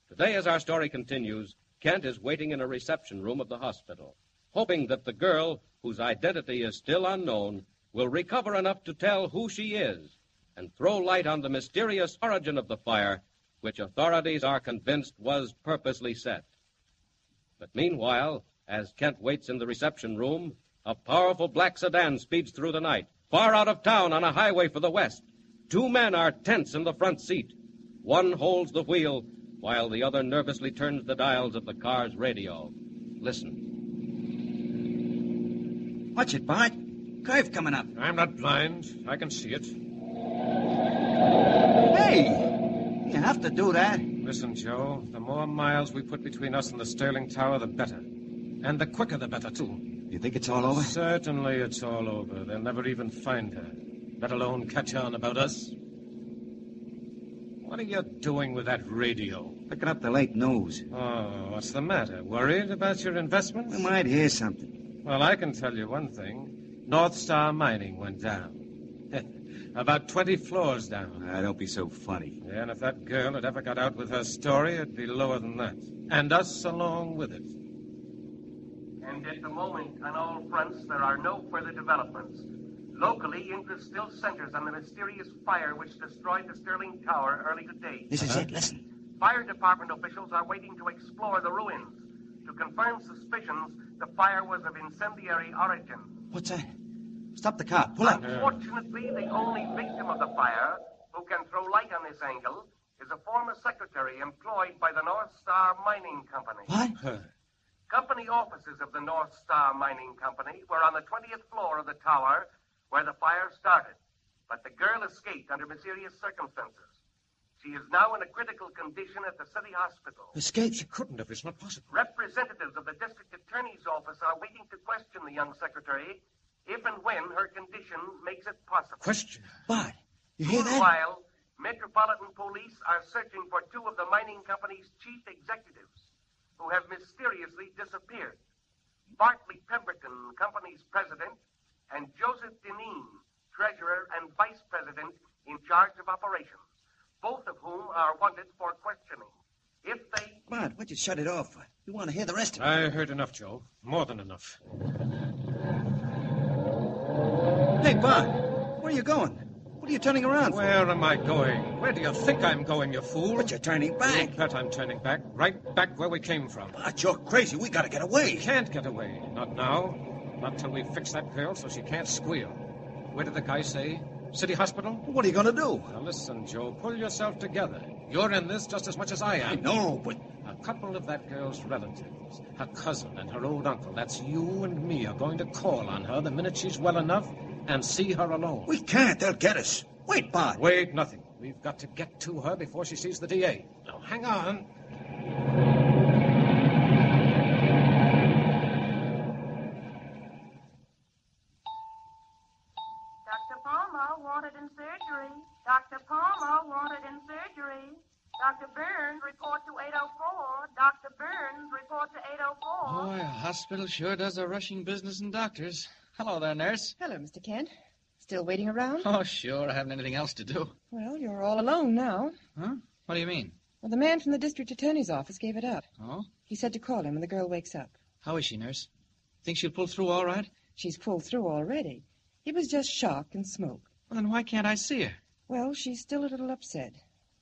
Today, as our story continues, Kent is waiting in a reception room of the hospital, hoping that the girl, whose identity is still unknown, will recover enough to tell who she is and throw light on the mysterious origin of the fire, which authorities are convinced was purposely set. But meanwhile, as Kent waits in the reception room, a powerful black sedan speeds through the night, far out of town on a highway for the west. Two men are tense in the front seat. One holds the wheel, while the other nervously turns the dials of the car's radio. Listen.
Watch it, Bart. Curve coming up.
I'm not blind. I can see it.
Hey! You have to do that.
Listen, Joe. The more miles we put between us and the Sterling Tower, the better. And the quicker, the better, too.
You think it's all over?
Certainly it's all over. They'll never even find her, let alone catch on about us. What are you doing with that radio?
Picking up the late news.
Oh, what's the matter? Worried about your investments?
We might hear something.
Well, I can tell you one thing. North Star Mining went down. About 20 floors down.
Ah, don't be so funny.
Yeah, and if that girl had ever got out with her story, it'd be lower than that. And us along with it.
And at the moment, on all fronts, there are no further developments. Locally, interest still centers on the mysterious fire which destroyed the Sterling Tower early today.
This is it. Listen.
Fire department officials are waiting to explore the ruins. To confirm suspicions, the fire was of incendiary origin.
What's that? Stop the car. Pull up.
Fortunately, the only victim of the fire who can throw light on this angle is a former secretary employed by the North Star Mining Company.
What?
Company offices of the North Star Mining Company were on the 20th floor of the tower where the fire started, but the girl escaped under mysterious circumstances. She is now in a critical condition at the city hospital.
Escape?
She couldn't have. It's not possible.
Representatives of the district attorney's office are waiting to question the young secretary if and when her condition makes it possible.
Question.
Bart, you hear that?
Meanwhile, Metropolitan Police are searching for two of the mining company's chief executives who have mysteriously disappeared. Bartley Pemberton, company's president, and Joseph Deneen, treasurer and vice president in charge of operations, both of whom are wanted for questioning. If they...
Bart, why'd you shut it off? You want to hear the rest of it?
I heard enough, Joe. More than enough.
Hey, Bart, where are you going? What are you turning around for?
Where am I going? Where do you think I'm going, you fool?
But you're turning back.
You bet I'm turning back. Right back where we came from.
Bart, you're crazy. We gotta get away.
We can't get away. Not now. Not till we fix that girl so she can't squeal. Where did the guy say? City hospital?
What are you gonna do?
Now listen, Joe. Pull yourself together. You're in this just as much as I am.
I know, but
a couple of that girl's relatives, her cousin and her old uncle, that's you and me, are going to call on her the minute she's well enough and see her alone.
We can't. They'll get us. Wait, Bart.
Wait, nothing. We've got to get to her before she sees the DA. Now, hang on.
Dr. Palmer. Palmer wanted in surgery. Dr. Palmer wanted in surgery. Dr. Burns report to 804. Dr. Burns report to 804.
Boy, Oh, a hospital sure does a rushing business in doctors. Hello there, nurse.
Hello, Mr. Kent. Still waiting around?
Oh, sure. I haven't anything else to do.
Well, you're all alone now.
Huh? What do you mean?
Well, the man from the district attorney's office gave it up.
Oh?
He said to call him when the girl wakes up.
How is she, nurse? Think she'll pull through all right?
She's pulled through already. It was just shock and smoke.
Well, then why can't I see her?
Well, she's still a little upset.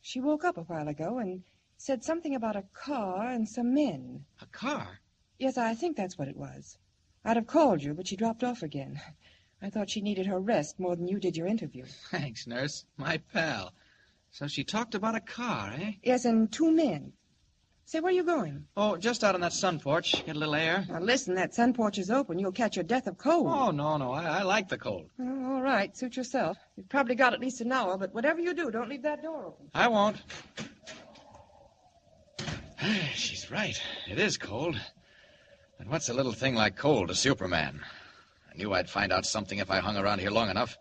She woke up a while ago and said something about a car and some men.
A car?
Yes, I think that's what it was. I'd have called you, but she dropped off again. I thought she needed her rest more than you did your interview.
Thanks, nurse. My pal. So she talked about a car, eh?
Yes, and two men. Say, where are you going?
Oh, just out on that sun porch. Get a little air.
Now, listen, that sun porch is open. You'll catch your death of cold.
Oh, no, no. I, I like the cold.
Well, Oh, all right, suit yourself. You've probably got at least an hour, but whatever you do, don't leave that door open.
I won't. She's right. It is cold. And what's a little thing like cold to Superman? I knew I'd find out something if I hung around here long enough.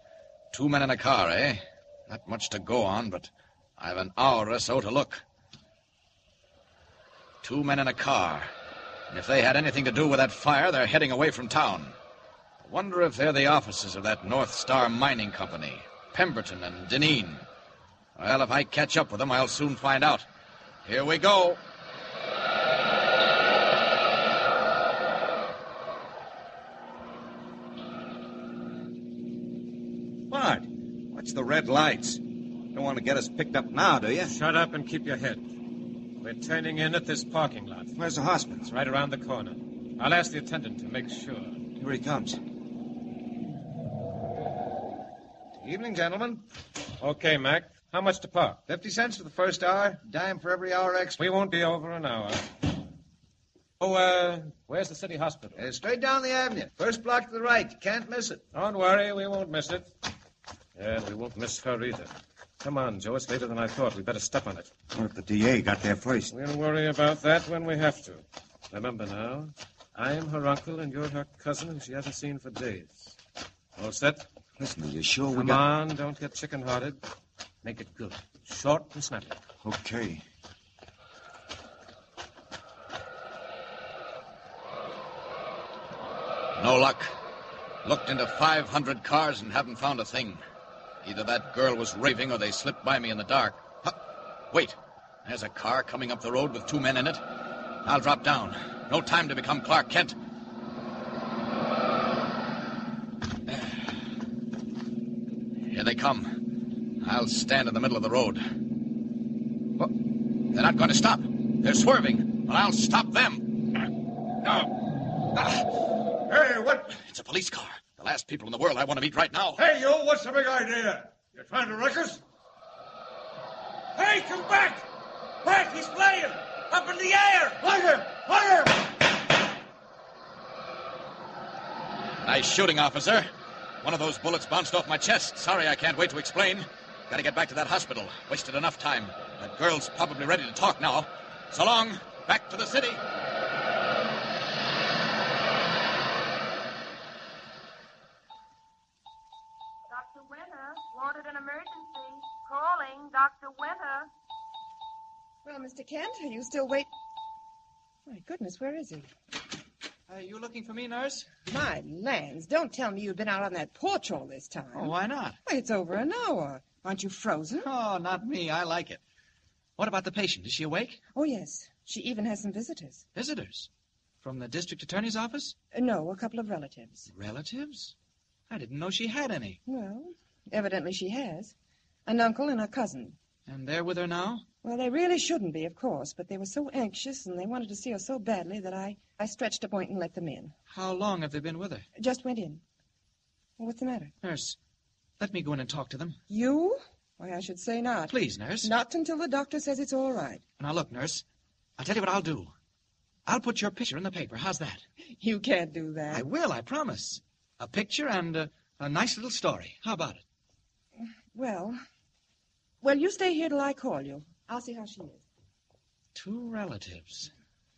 Two men in a car, eh? Not much to go on, but I've an hour or so to look. Two men in a car. And if they had anything to do with that fire, they're heading away from town. I wonder if they're the officers of that North Star Mining Company, Pemberton and Deneen. Well, if I catch up with them, I'll soon find out. Here we go.
What? What's the red lights? Don't want to get us picked up now, do you?
Shut up and keep your head. We're turning in at this parking lot.
Where's the hospital?
It's right around the corner. I'll ask the attendant to make sure.
Here he comes.
Evening, gentlemen.
Okay, Mac. How much to park?
Fifty cents for the first hour, dime for every hour extra.
We won't be over an hour. Oh, uh, where's the city hospital?
Uh, straight down the avenue. First block to the right. You can't miss it.
Don't worry, we won't miss it. And we won't miss her either. Come on, Joe. It's later than I thought. We better step on it.
What if the DA got there first?
We'll worry about that when we have to. Remember now, I'm her uncle and you're her cousin who she hasn't seen for days. All set?
Listen, are you sure we
Come
got...
on, don't get chicken-hearted. Make it good. Short and snappy.
Okay.
No luck. Looked into 500 cars and haven't found a thing. Either that girl was raving or they slipped by me in the dark. Huh. Wait. There's a car coming up the road with two men in it. I'll drop down. No time to become Clark Kent. Here they come. I'll stand in the middle of the road. Wha- They're not going to stop. They're swerving. Well, I'll stop them. Ah. Ah.
Hey, what?
It's a police car. The last people in the world I want to meet right now.
Hey, you, what's the big idea? You're trying to wreck us?
Hey, come back! Back, he's flying! Up in the air!
Fire! Fire!
Nice shooting, officer. One of those bullets bounced off my chest. Sorry, I can't wait to explain. Gotta get back to that hospital. Wasted enough time. That girl's probably ready to talk now. So long. Back to the city.
Dr. Winter wanted an emergency. Calling Dr. Winter.
Well, Mr. Kent, are you still wait? My goodness, where is he?
Are you looking for me, nurse?
My lands, don't tell me you've been out on that porch all this time.
Oh, why not?
Why, it's over an hour. Aren't you frozen?
Oh, not me. I like it. What about the patient? Is she awake?
Oh, yes. She even has some visitors.
Visitors? From the district attorney's office?
Uh, no, a couple of relatives.
Relatives? I didn't know she had any.
Well, evidently she has. An uncle and a cousin.
And they're with her now?
Well, they really shouldn't be, of course, but they were so anxious and they wanted to see her so badly that I, I stretched a point and let them in.
How long have they been with her?
Just went in. Well, what's the matter?
Nurse, let me go in and talk to them.
You? Why, I should say not.
Please, nurse.
Not until the doctor says it's all right.
Now, look, nurse. I'll tell you what I'll do. I'll put your picture in the paper. How's that?
You can't do that.
I will, I promise. A picture and a, a nice little story. How about it?
Well, well, you stay here till I call you. I'll see how she is.
Two relatives.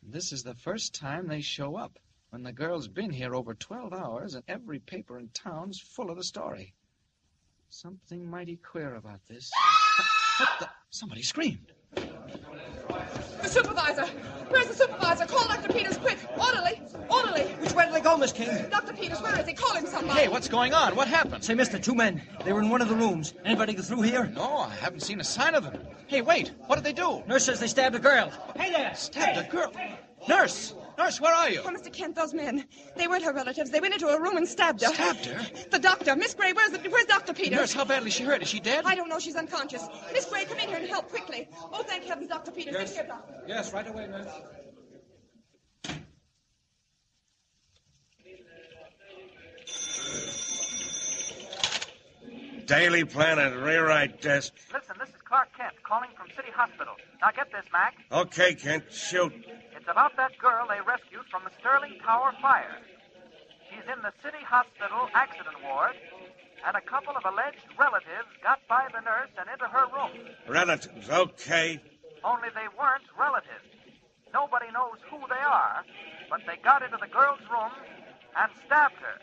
This is the first time they show up when the girl's been here over 12 hours and every paper in town's full of the story. Something mighty queer about this. what the? Somebody screamed.
The supervisor! Where's the supervisor? Call Dr. Peters, quick! Orderly! Orderly!
Which way did they go, Miss King?
Dr. Peters, where is he? Call him somebody!
Hey, what's going on? What happened?
Say, mister, two men. They were in one of the rooms. Anybody get through here?
No, I haven't seen a sign of them. Hey, wait. What did they do?
Nurse says they stabbed a girl. Hey there!
Stabbed a girl? Nurse! Nurse, where are you?
Oh, Mr. Kent, those men. They weren't her relatives. They went into her room and stabbed her.
Stabbed her?
The doctor. Miss Gray, where's, the, where's Dr. Peters?
Nurse, how badly is she hurt? Is she dead?
I don't know. She's unconscious. Miss Gray, come in here and help quickly. Oh, thank heavens, Dr. Peters.
Yes.
Get here, Doc.
Yes, right away, nurse.
Daily Planet, rewrite desk.
Listen, this is Clark Kent calling from City Hospital. Now get this, Mac.
Okay, Kent, shoot.
It's about that girl they rescued from the Sterling Tower fire. She's in the City Hospital accident ward, and a couple of alleged relatives got by the nurse and into her room.
Relatives, okay.
Only they weren't relatives. Nobody knows who they are, but they got into the girl's room and stabbed her.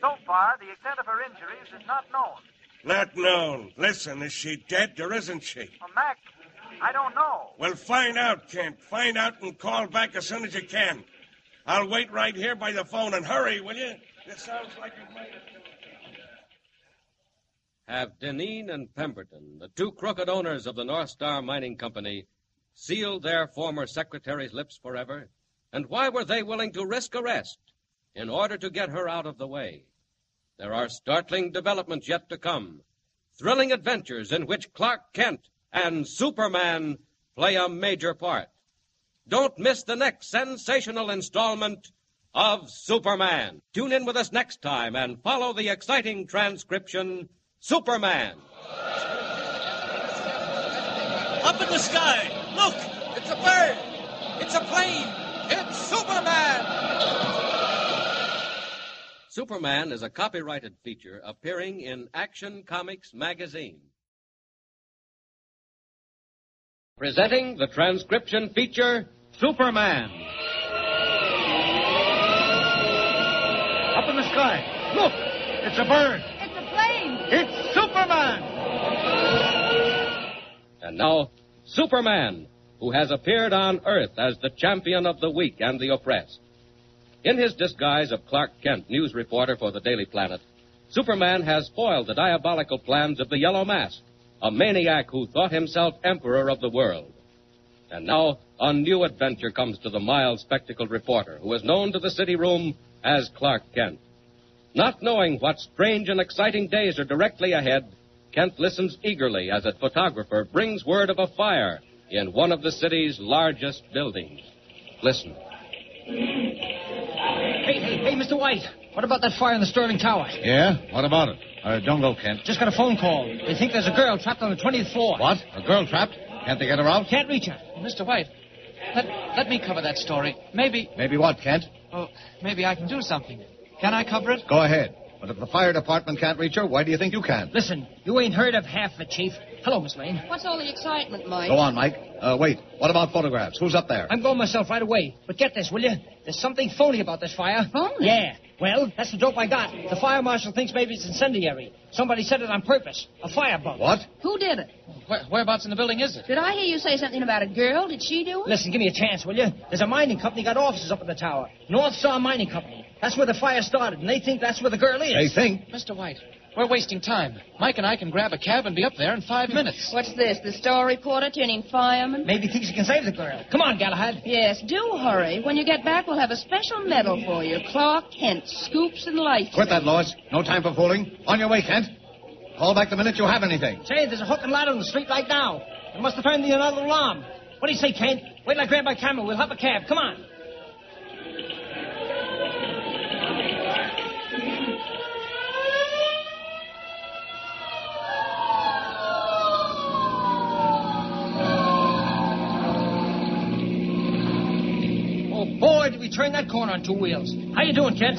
So far, the extent of her injuries is not known.
Not known. Listen, is she dead or isn't she?
Well, Mac, I don't know.
Well, find out, Kent. Find out and call back as soon as you can. I'll wait right here by the phone and hurry, will you? This sounds like it might
have Deneen and Pemberton, the two crooked owners of the North Star Mining Company, sealed their former secretary's lips forever? And why were they willing to risk arrest in order to get her out of the way? There are startling developments yet to come, thrilling adventures in which Clark Kent and Superman play a major part. Don't miss the next sensational installment of Superman. Tune in with us next time and follow the exciting transcription Superman.
Up in the sky! Look! It's a bird! It's a plane! It's Superman!
Superman is a copyrighted feature appearing in Action Comics magazine. Presenting the transcription feature Superman.
Up in the sky. Look! It's a bird.
It's a plane.
It's Superman.
And now, Superman, who has appeared on Earth as the champion of the weak and the oppressed. In his disguise of Clark Kent, news reporter for the Daily Planet, Superman has foiled the diabolical plans of the Yellow Mask, a maniac who thought himself emperor of the world. And now, a new adventure comes to the mild spectacled reporter who is known to the city room as Clark Kent. Not knowing what strange and exciting days are directly ahead, Kent listens eagerly as a photographer brings word of a fire in one of the city's largest buildings. Listen.
Hey, hey, hey, Mr. White. What about that fire in the Sterling Tower?
Yeah? What about it? Uh, don't go, Kent.
Just got a phone call. They think there's a girl trapped on the 20th floor.
What? A girl trapped? Can't they get her out?
Can't reach her. Mr. White, let, let me cover that story. Maybe.
Maybe what, Kent?
Oh, maybe I can do something. Can I cover it?
Go ahead. But if the fire department can't reach her, why do you think you can?
Listen, you ain't heard of half the chief. Hello, Miss Lane.
What's all the excitement, Mike?
Go on, Mike. Uh, wait. What about photographs? Who's up there?
I'm going myself right away. But get this, will you? There's something phony about this fire.
Phony?
Yeah. Well, that's the dope I got. The fire marshal thinks maybe it's incendiary. Somebody set it on purpose. A firebug.
What?
Who did it?
Where, whereabouts in the building is it?
Did I hear you say something about a girl? Did she do it?
Listen, give me a chance, will you? There's a mining company got offices up in the tower. North Star Mining Company. That's where the fire started, and they think that's where the girl is.
They think.
Mr. White, we're wasting time. Mike and I can grab a cab and be up there in five minutes.
What's this? The store reporter turning fireman?
Maybe thinks he can save the girl. Come on, Galahad.
Yes, do hurry. When you get back, we'll have a special medal for you. Clark Kent, Scoops and Life.
Quit that, Lois. No time for fooling. On your way, Kent. Call back the minute you have anything.
Say, there's a hook and ladder on the street right now. It must have turned the another alarm. What do you say, Kent? Wait till I grab my camera. We'll hop a cab. Come on. Oh, boy, did we turn that corner on two wheels. How you doing, Kent?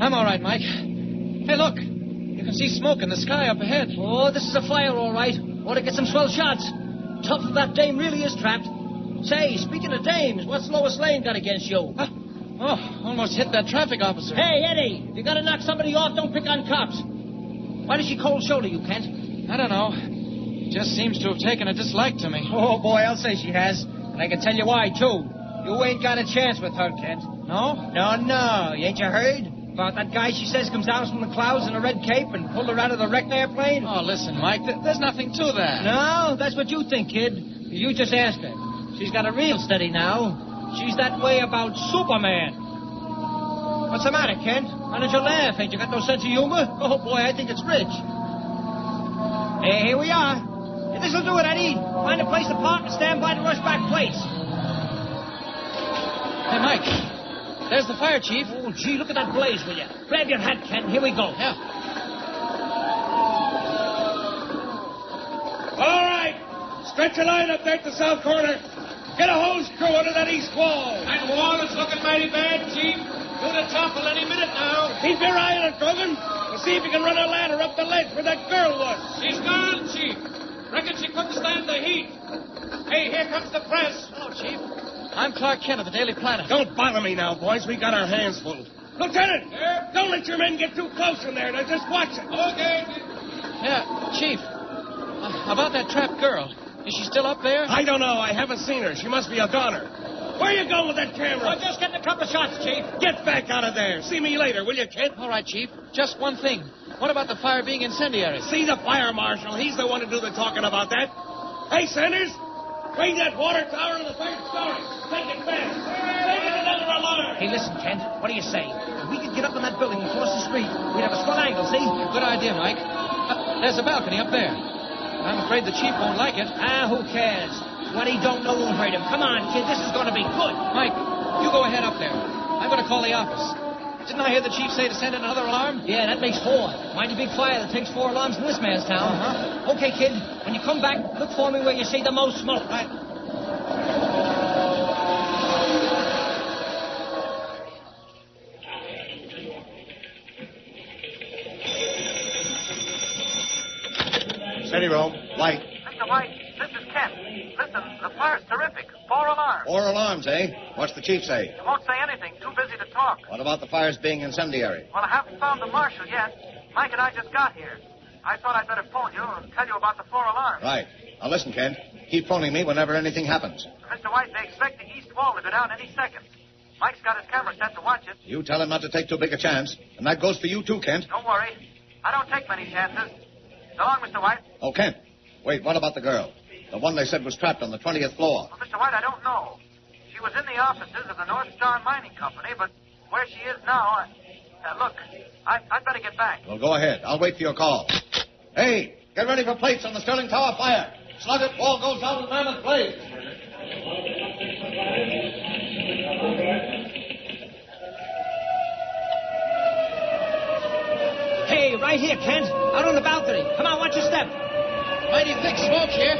I'm all right, Mike. Hey, look. You can see smoke in the sky up ahead.
Oh, this is a fire, all right. Ought to get some swell shots. Tough if that dame really is trapped. Say, speaking of dames, what's Lois Lane got against you?
Oh, almost hit that traffic officer.
Hey, Eddie, if you gotta knock somebody off, don't pick on cops. Why does she cold shoulder you, Kent?
I don't know. Just seems to have taken a dislike to me.
Oh, boy, I'll say she has. And I can tell you why, too. You ain't got a chance with her, Kent.
No?
No, no. You ain't you heard? About that guy she says comes down from the clouds in a red cape and pulled her out of the wrecked airplane?
Oh, listen, Mike, th- there's nothing to that.
No, that's what you think, kid. You just asked her. She's got a real steady now. She's that way about Superman. What's the matter, Kent? Why don't you laugh? Ain't you got no sense of humor? Oh, boy, I think it's rich. Hey, here we are. If this'll do it, I need. Find a place to park and stand by to rush back place.
Hey, Mike, there's the fire chief.
Oh, gee, look at that blaze, will you? Grab your hat, Kent. Here we go.
Yeah.
All right. Stretch a line up there at the south corner. Get a hose crew under that east wall.
That wall is looking mighty bad, Chief. Due to topple any minute now.
Keep your eye on it, Grogan. We'll see if you can run a ladder up the ledge where that girl was.
She's gone, Chief. Reckon she couldn't stand the heat. Hey, here comes the press.
Hello, Chief. I'm Clark Kent of the Daily Planet.
Don't bother me now, boys. We got our hands full. Lieutenant, don't let your men get too close in there. They're just watching.
Okay.
Yeah, Chief. Uh, about that trapped girl. Is she still up there?
I don't know. I haven't seen her. She must be a goner. Where you going with that camera?
I'm just getting a couple of shots, Chief.
Get back out of there. See me later, will you, kid?
All right, Chief. Just one thing. What about the fire being incendiary?
See the fire marshal. He's the one to do the talking about that. Hey, Sanders, bring that water tower to the third story. Take it fast. Take it another alarm.
Hey, listen, Kent. What do you say? If we could get up on that building across the street, we'd have a swell angle, see?
Good idea, Mike. Uh, there's a balcony up there. I'm afraid the chief won't like it.
Ah, who cares? What he don't know won't hurt him. Come on, kid. This is going to be good.
Mike, you go ahead up there. I'm going to call the office. Didn't I hear the chief say to send in another alarm?
Yeah, that makes four. Mighty big fire that takes four alarms in this man's town.
Uh-huh.
Okay, kid. When you come back, look for me where you see the most smoke.
Right.
Steady, Rome. Light.
Mr. White, this is Kent. Listen, the fire's terrific. Four alarms.
Four alarms, eh? What's the chief say?
He won't say anything. Too busy to talk.
What about the fires being incendiary?
Well, I haven't found the marshal yet. Mike and I just got here. I thought I'd better phone you and tell you about the four alarms.
Right. Now listen, Kent. Keep phoning me whenever anything happens.
Mr. White, they expect the east wall to go down any second. Mike's got his camera set to watch it.
You tell him not to take too big a chance. And that goes for you, too, Kent.
Don't worry. I don't take many chances. So long, Mr. White.
Oh, Kent. Wait, what about the girl? The one they said was trapped on the 20th floor.
Well, Mr. White, I don't know. She was in the offices of the North Star Mining Company, but where she is now, I, uh, look, I, I'd better get back.
Well, go ahead. I'll wait for your call. Hey, get ready for plates on the Sterling Tower fire. Slug it, wall goes out in mammoth blaze.
Hey, right here, Kent. Out on the balcony. Come on, watch your step.
Mighty thick smoke here.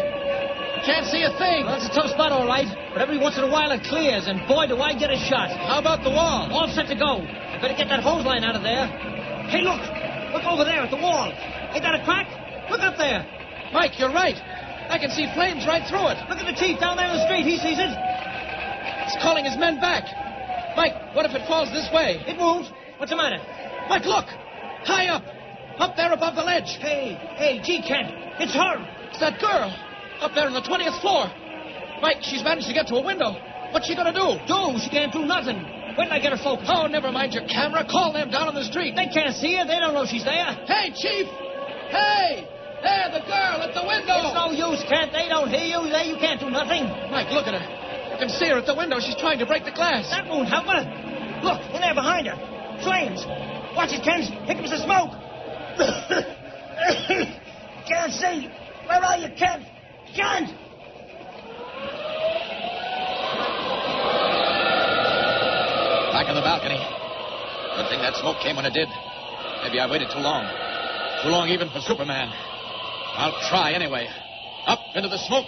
Can't see a thing.
Well, it's a tough spot, all right. But every once in a while it clears, and boy, do I get a shot.
How about the wall?
All set to go. I better get that hose line out of there. Hey, look. Look over there at the wall. Ain't that a crack? Look up there.
Mike, you're right. I can see flames right through it.
Look at the chief down there in the street. He sees it.
He's calling his men back. Mike, what if it falls this way?
It won't. What's the matter?
Mike, look! High up! Up there above the ledge!
Hey, hey, gee, Kent. It's her.
It's that girl! Up there on the 20th floor! Mike, she's managed to get to a window. What's she gonna do?
Do? She can't do nothing. When I get her focused.
Oh, never mind your camera. Call them down on the street.
They can't see her. They don't know she's there.
Hey, Chief! Hey! There, the girl at the window!
It's no use, Kent. They don't hear you. They, you can't do nothing.
Mike, look at her. You can see her at the window. She's trying to break the glass.
That won't help her. Look, in there behind her. Flames. Watch it, Kent. Here comes the smoke. can't see. Where are you, Kent? Kent!
Back on the balcony. Good thing that smoke came when it did. Maybe I waited too long. Too long even for Superman. I'll try anyway. Up into the smoke.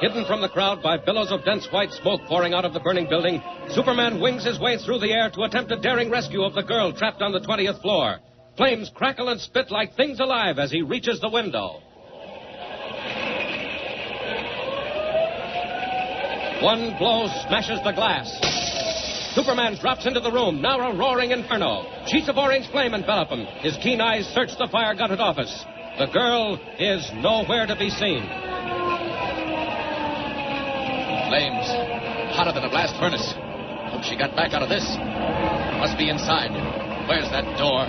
Hidden from the crowd by billows of dense white smoke pouring out of the burning building, Superman wings his way through the air to attempt a daring rescue of the girl trapped on the 20th floor. Flames crackle and spit like things alive as he reaches the window. One blow smashes the glass. Superman drops into the room, now a roaring inferno. Sheets of orange flame envelop him. His keen eyes search the fire gutted office. The girl is nowhere to be seen.
Flames. Hotter than a blast furnace. Hope she got back out of this. Must be inside. Where's that door?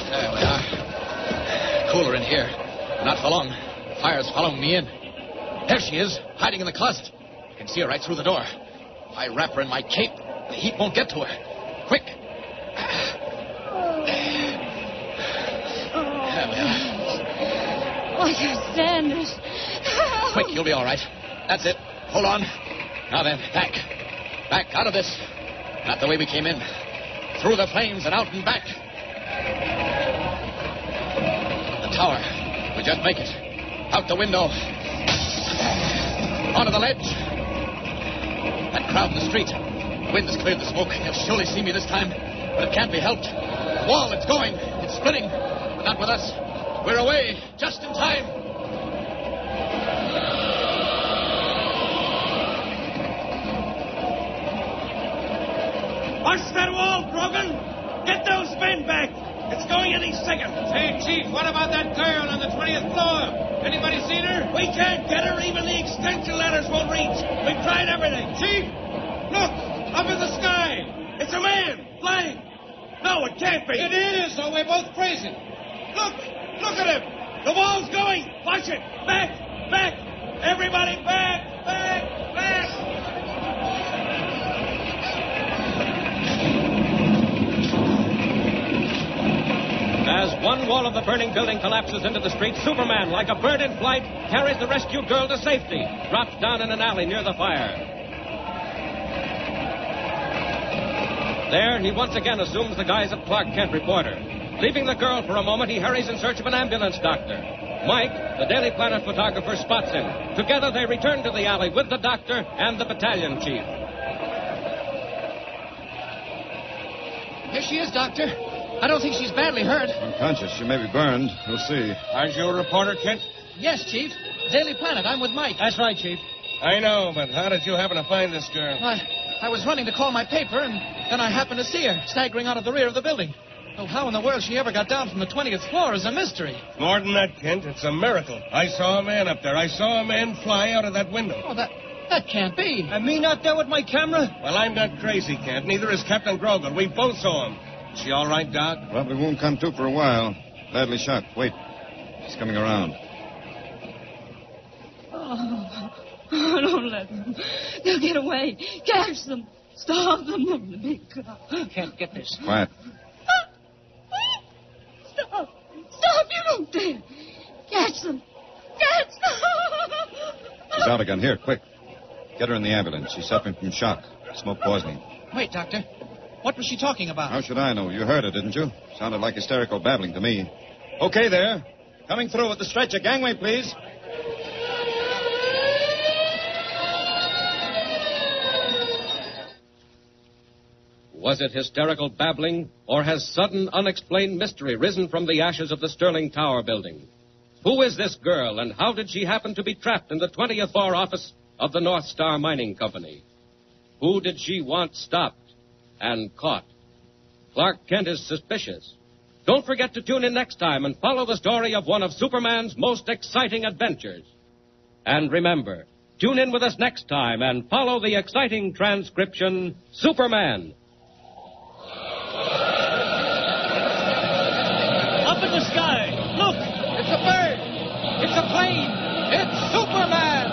There we are. Cooler in here. Not for long. Fire's following me in. There she is, hiding in the closet. I can see her right through the door. If I wrap her in my cape, the heat won't get to her. Quick! There we are.
Oh, Sanders.
Quick, you'll be all right. That's it. Hold on. Now then, back. Back out of this. Not the way we came in. Through the flames and out and back. The tower. We just make it. Out the window. Onto the ledge. That crowd in the street. The wind has cleared the smoke. They'll surely see me this time. But it can't be helped. The wall, it's going. It's splitting. But not with us. We're away. Just in time.
Watch that wall, Brogan! Get those men back! It's going any second. Hey, Chief, what about that girl on the 20th floor? Anybody seen her? We can't get her. Even the extension ladders won't reach. We've tried everything. Chief, look! Up in the sky! It's a man! Flying! No, it can't be! It is, or we're both crazy. Look! Look at him! The wall's going! Watch it! Back! Back! Everybody back! Back! Back!
As one wall of the burning building collapses into the street, Superman, like a bird in flight, carries the rescued girl to safety, drops down in an alley near the fire. There, he once again assumes the guise of Clark Kent reporter. Leaving the girl for a moment, he hurries in search of an ambulance doctor. Mike, the Daily Planet photographer, spots him. Together, they return to the alley with the doctor and the battalion chief.
Here she is, Doctor. I don't think she's badly hurt.
Unconscious. She may be burned. We'll see.
Aren't you a reporter, Kent?
Yes, Chief. Daily Planet. I'm with Mike.
That's right, Chief. I know, but how did you happen to find this girl?
I, I was running to call my paper, and then I happened to see her staggering out of the rear of the building. Oh, how in the world she ever got down from the 20th floor is a mystery.
More than that, Kent, it's a miracle. I saw a man up there. I saw a man fly out of that window.
Oh, that that can't be.
And me not there with my camera? Well, I'm not crazy, Kent. Neither is Captain Grogan. We both saw him. Is she all right, Doc?
Probably won't come to for a while. Badly shot. Wait. She's coming around.
Oh, oh, don't let them. They'll get away. Catch them. Starve them in the big car.
Can't get this.
Quiet.
Stop. Stop. You don't dare. Catch them. Catch them.
She's out again. Here, quick. Get her in the ambulance. She's suffering from shock. Smoke poisoning.
Wait, Doctor. What was she talking about?
How should I know? You heard her, didn't you? Sounded like hysterical babbling to me. Okay, there. Coming through with the stretcher. Gangway, please.
Was it hysterical babbling, or has sudden unexplained mystery risen from the ashes of the Sterling Tower building? Who is this girl, and how did she happen to be trapped in the 20th floor office of the North Star Mining Company? Who did she want stopped and caught? Clark Kent is suspicious. Don't forget to tune in next time and follow the story of one of Superman's most exciting adventures. And remember, tune in with us next time and follow the exciting transcription Superman.
Up in the sky. Look, it's a bird. It's a plane. It's Superman.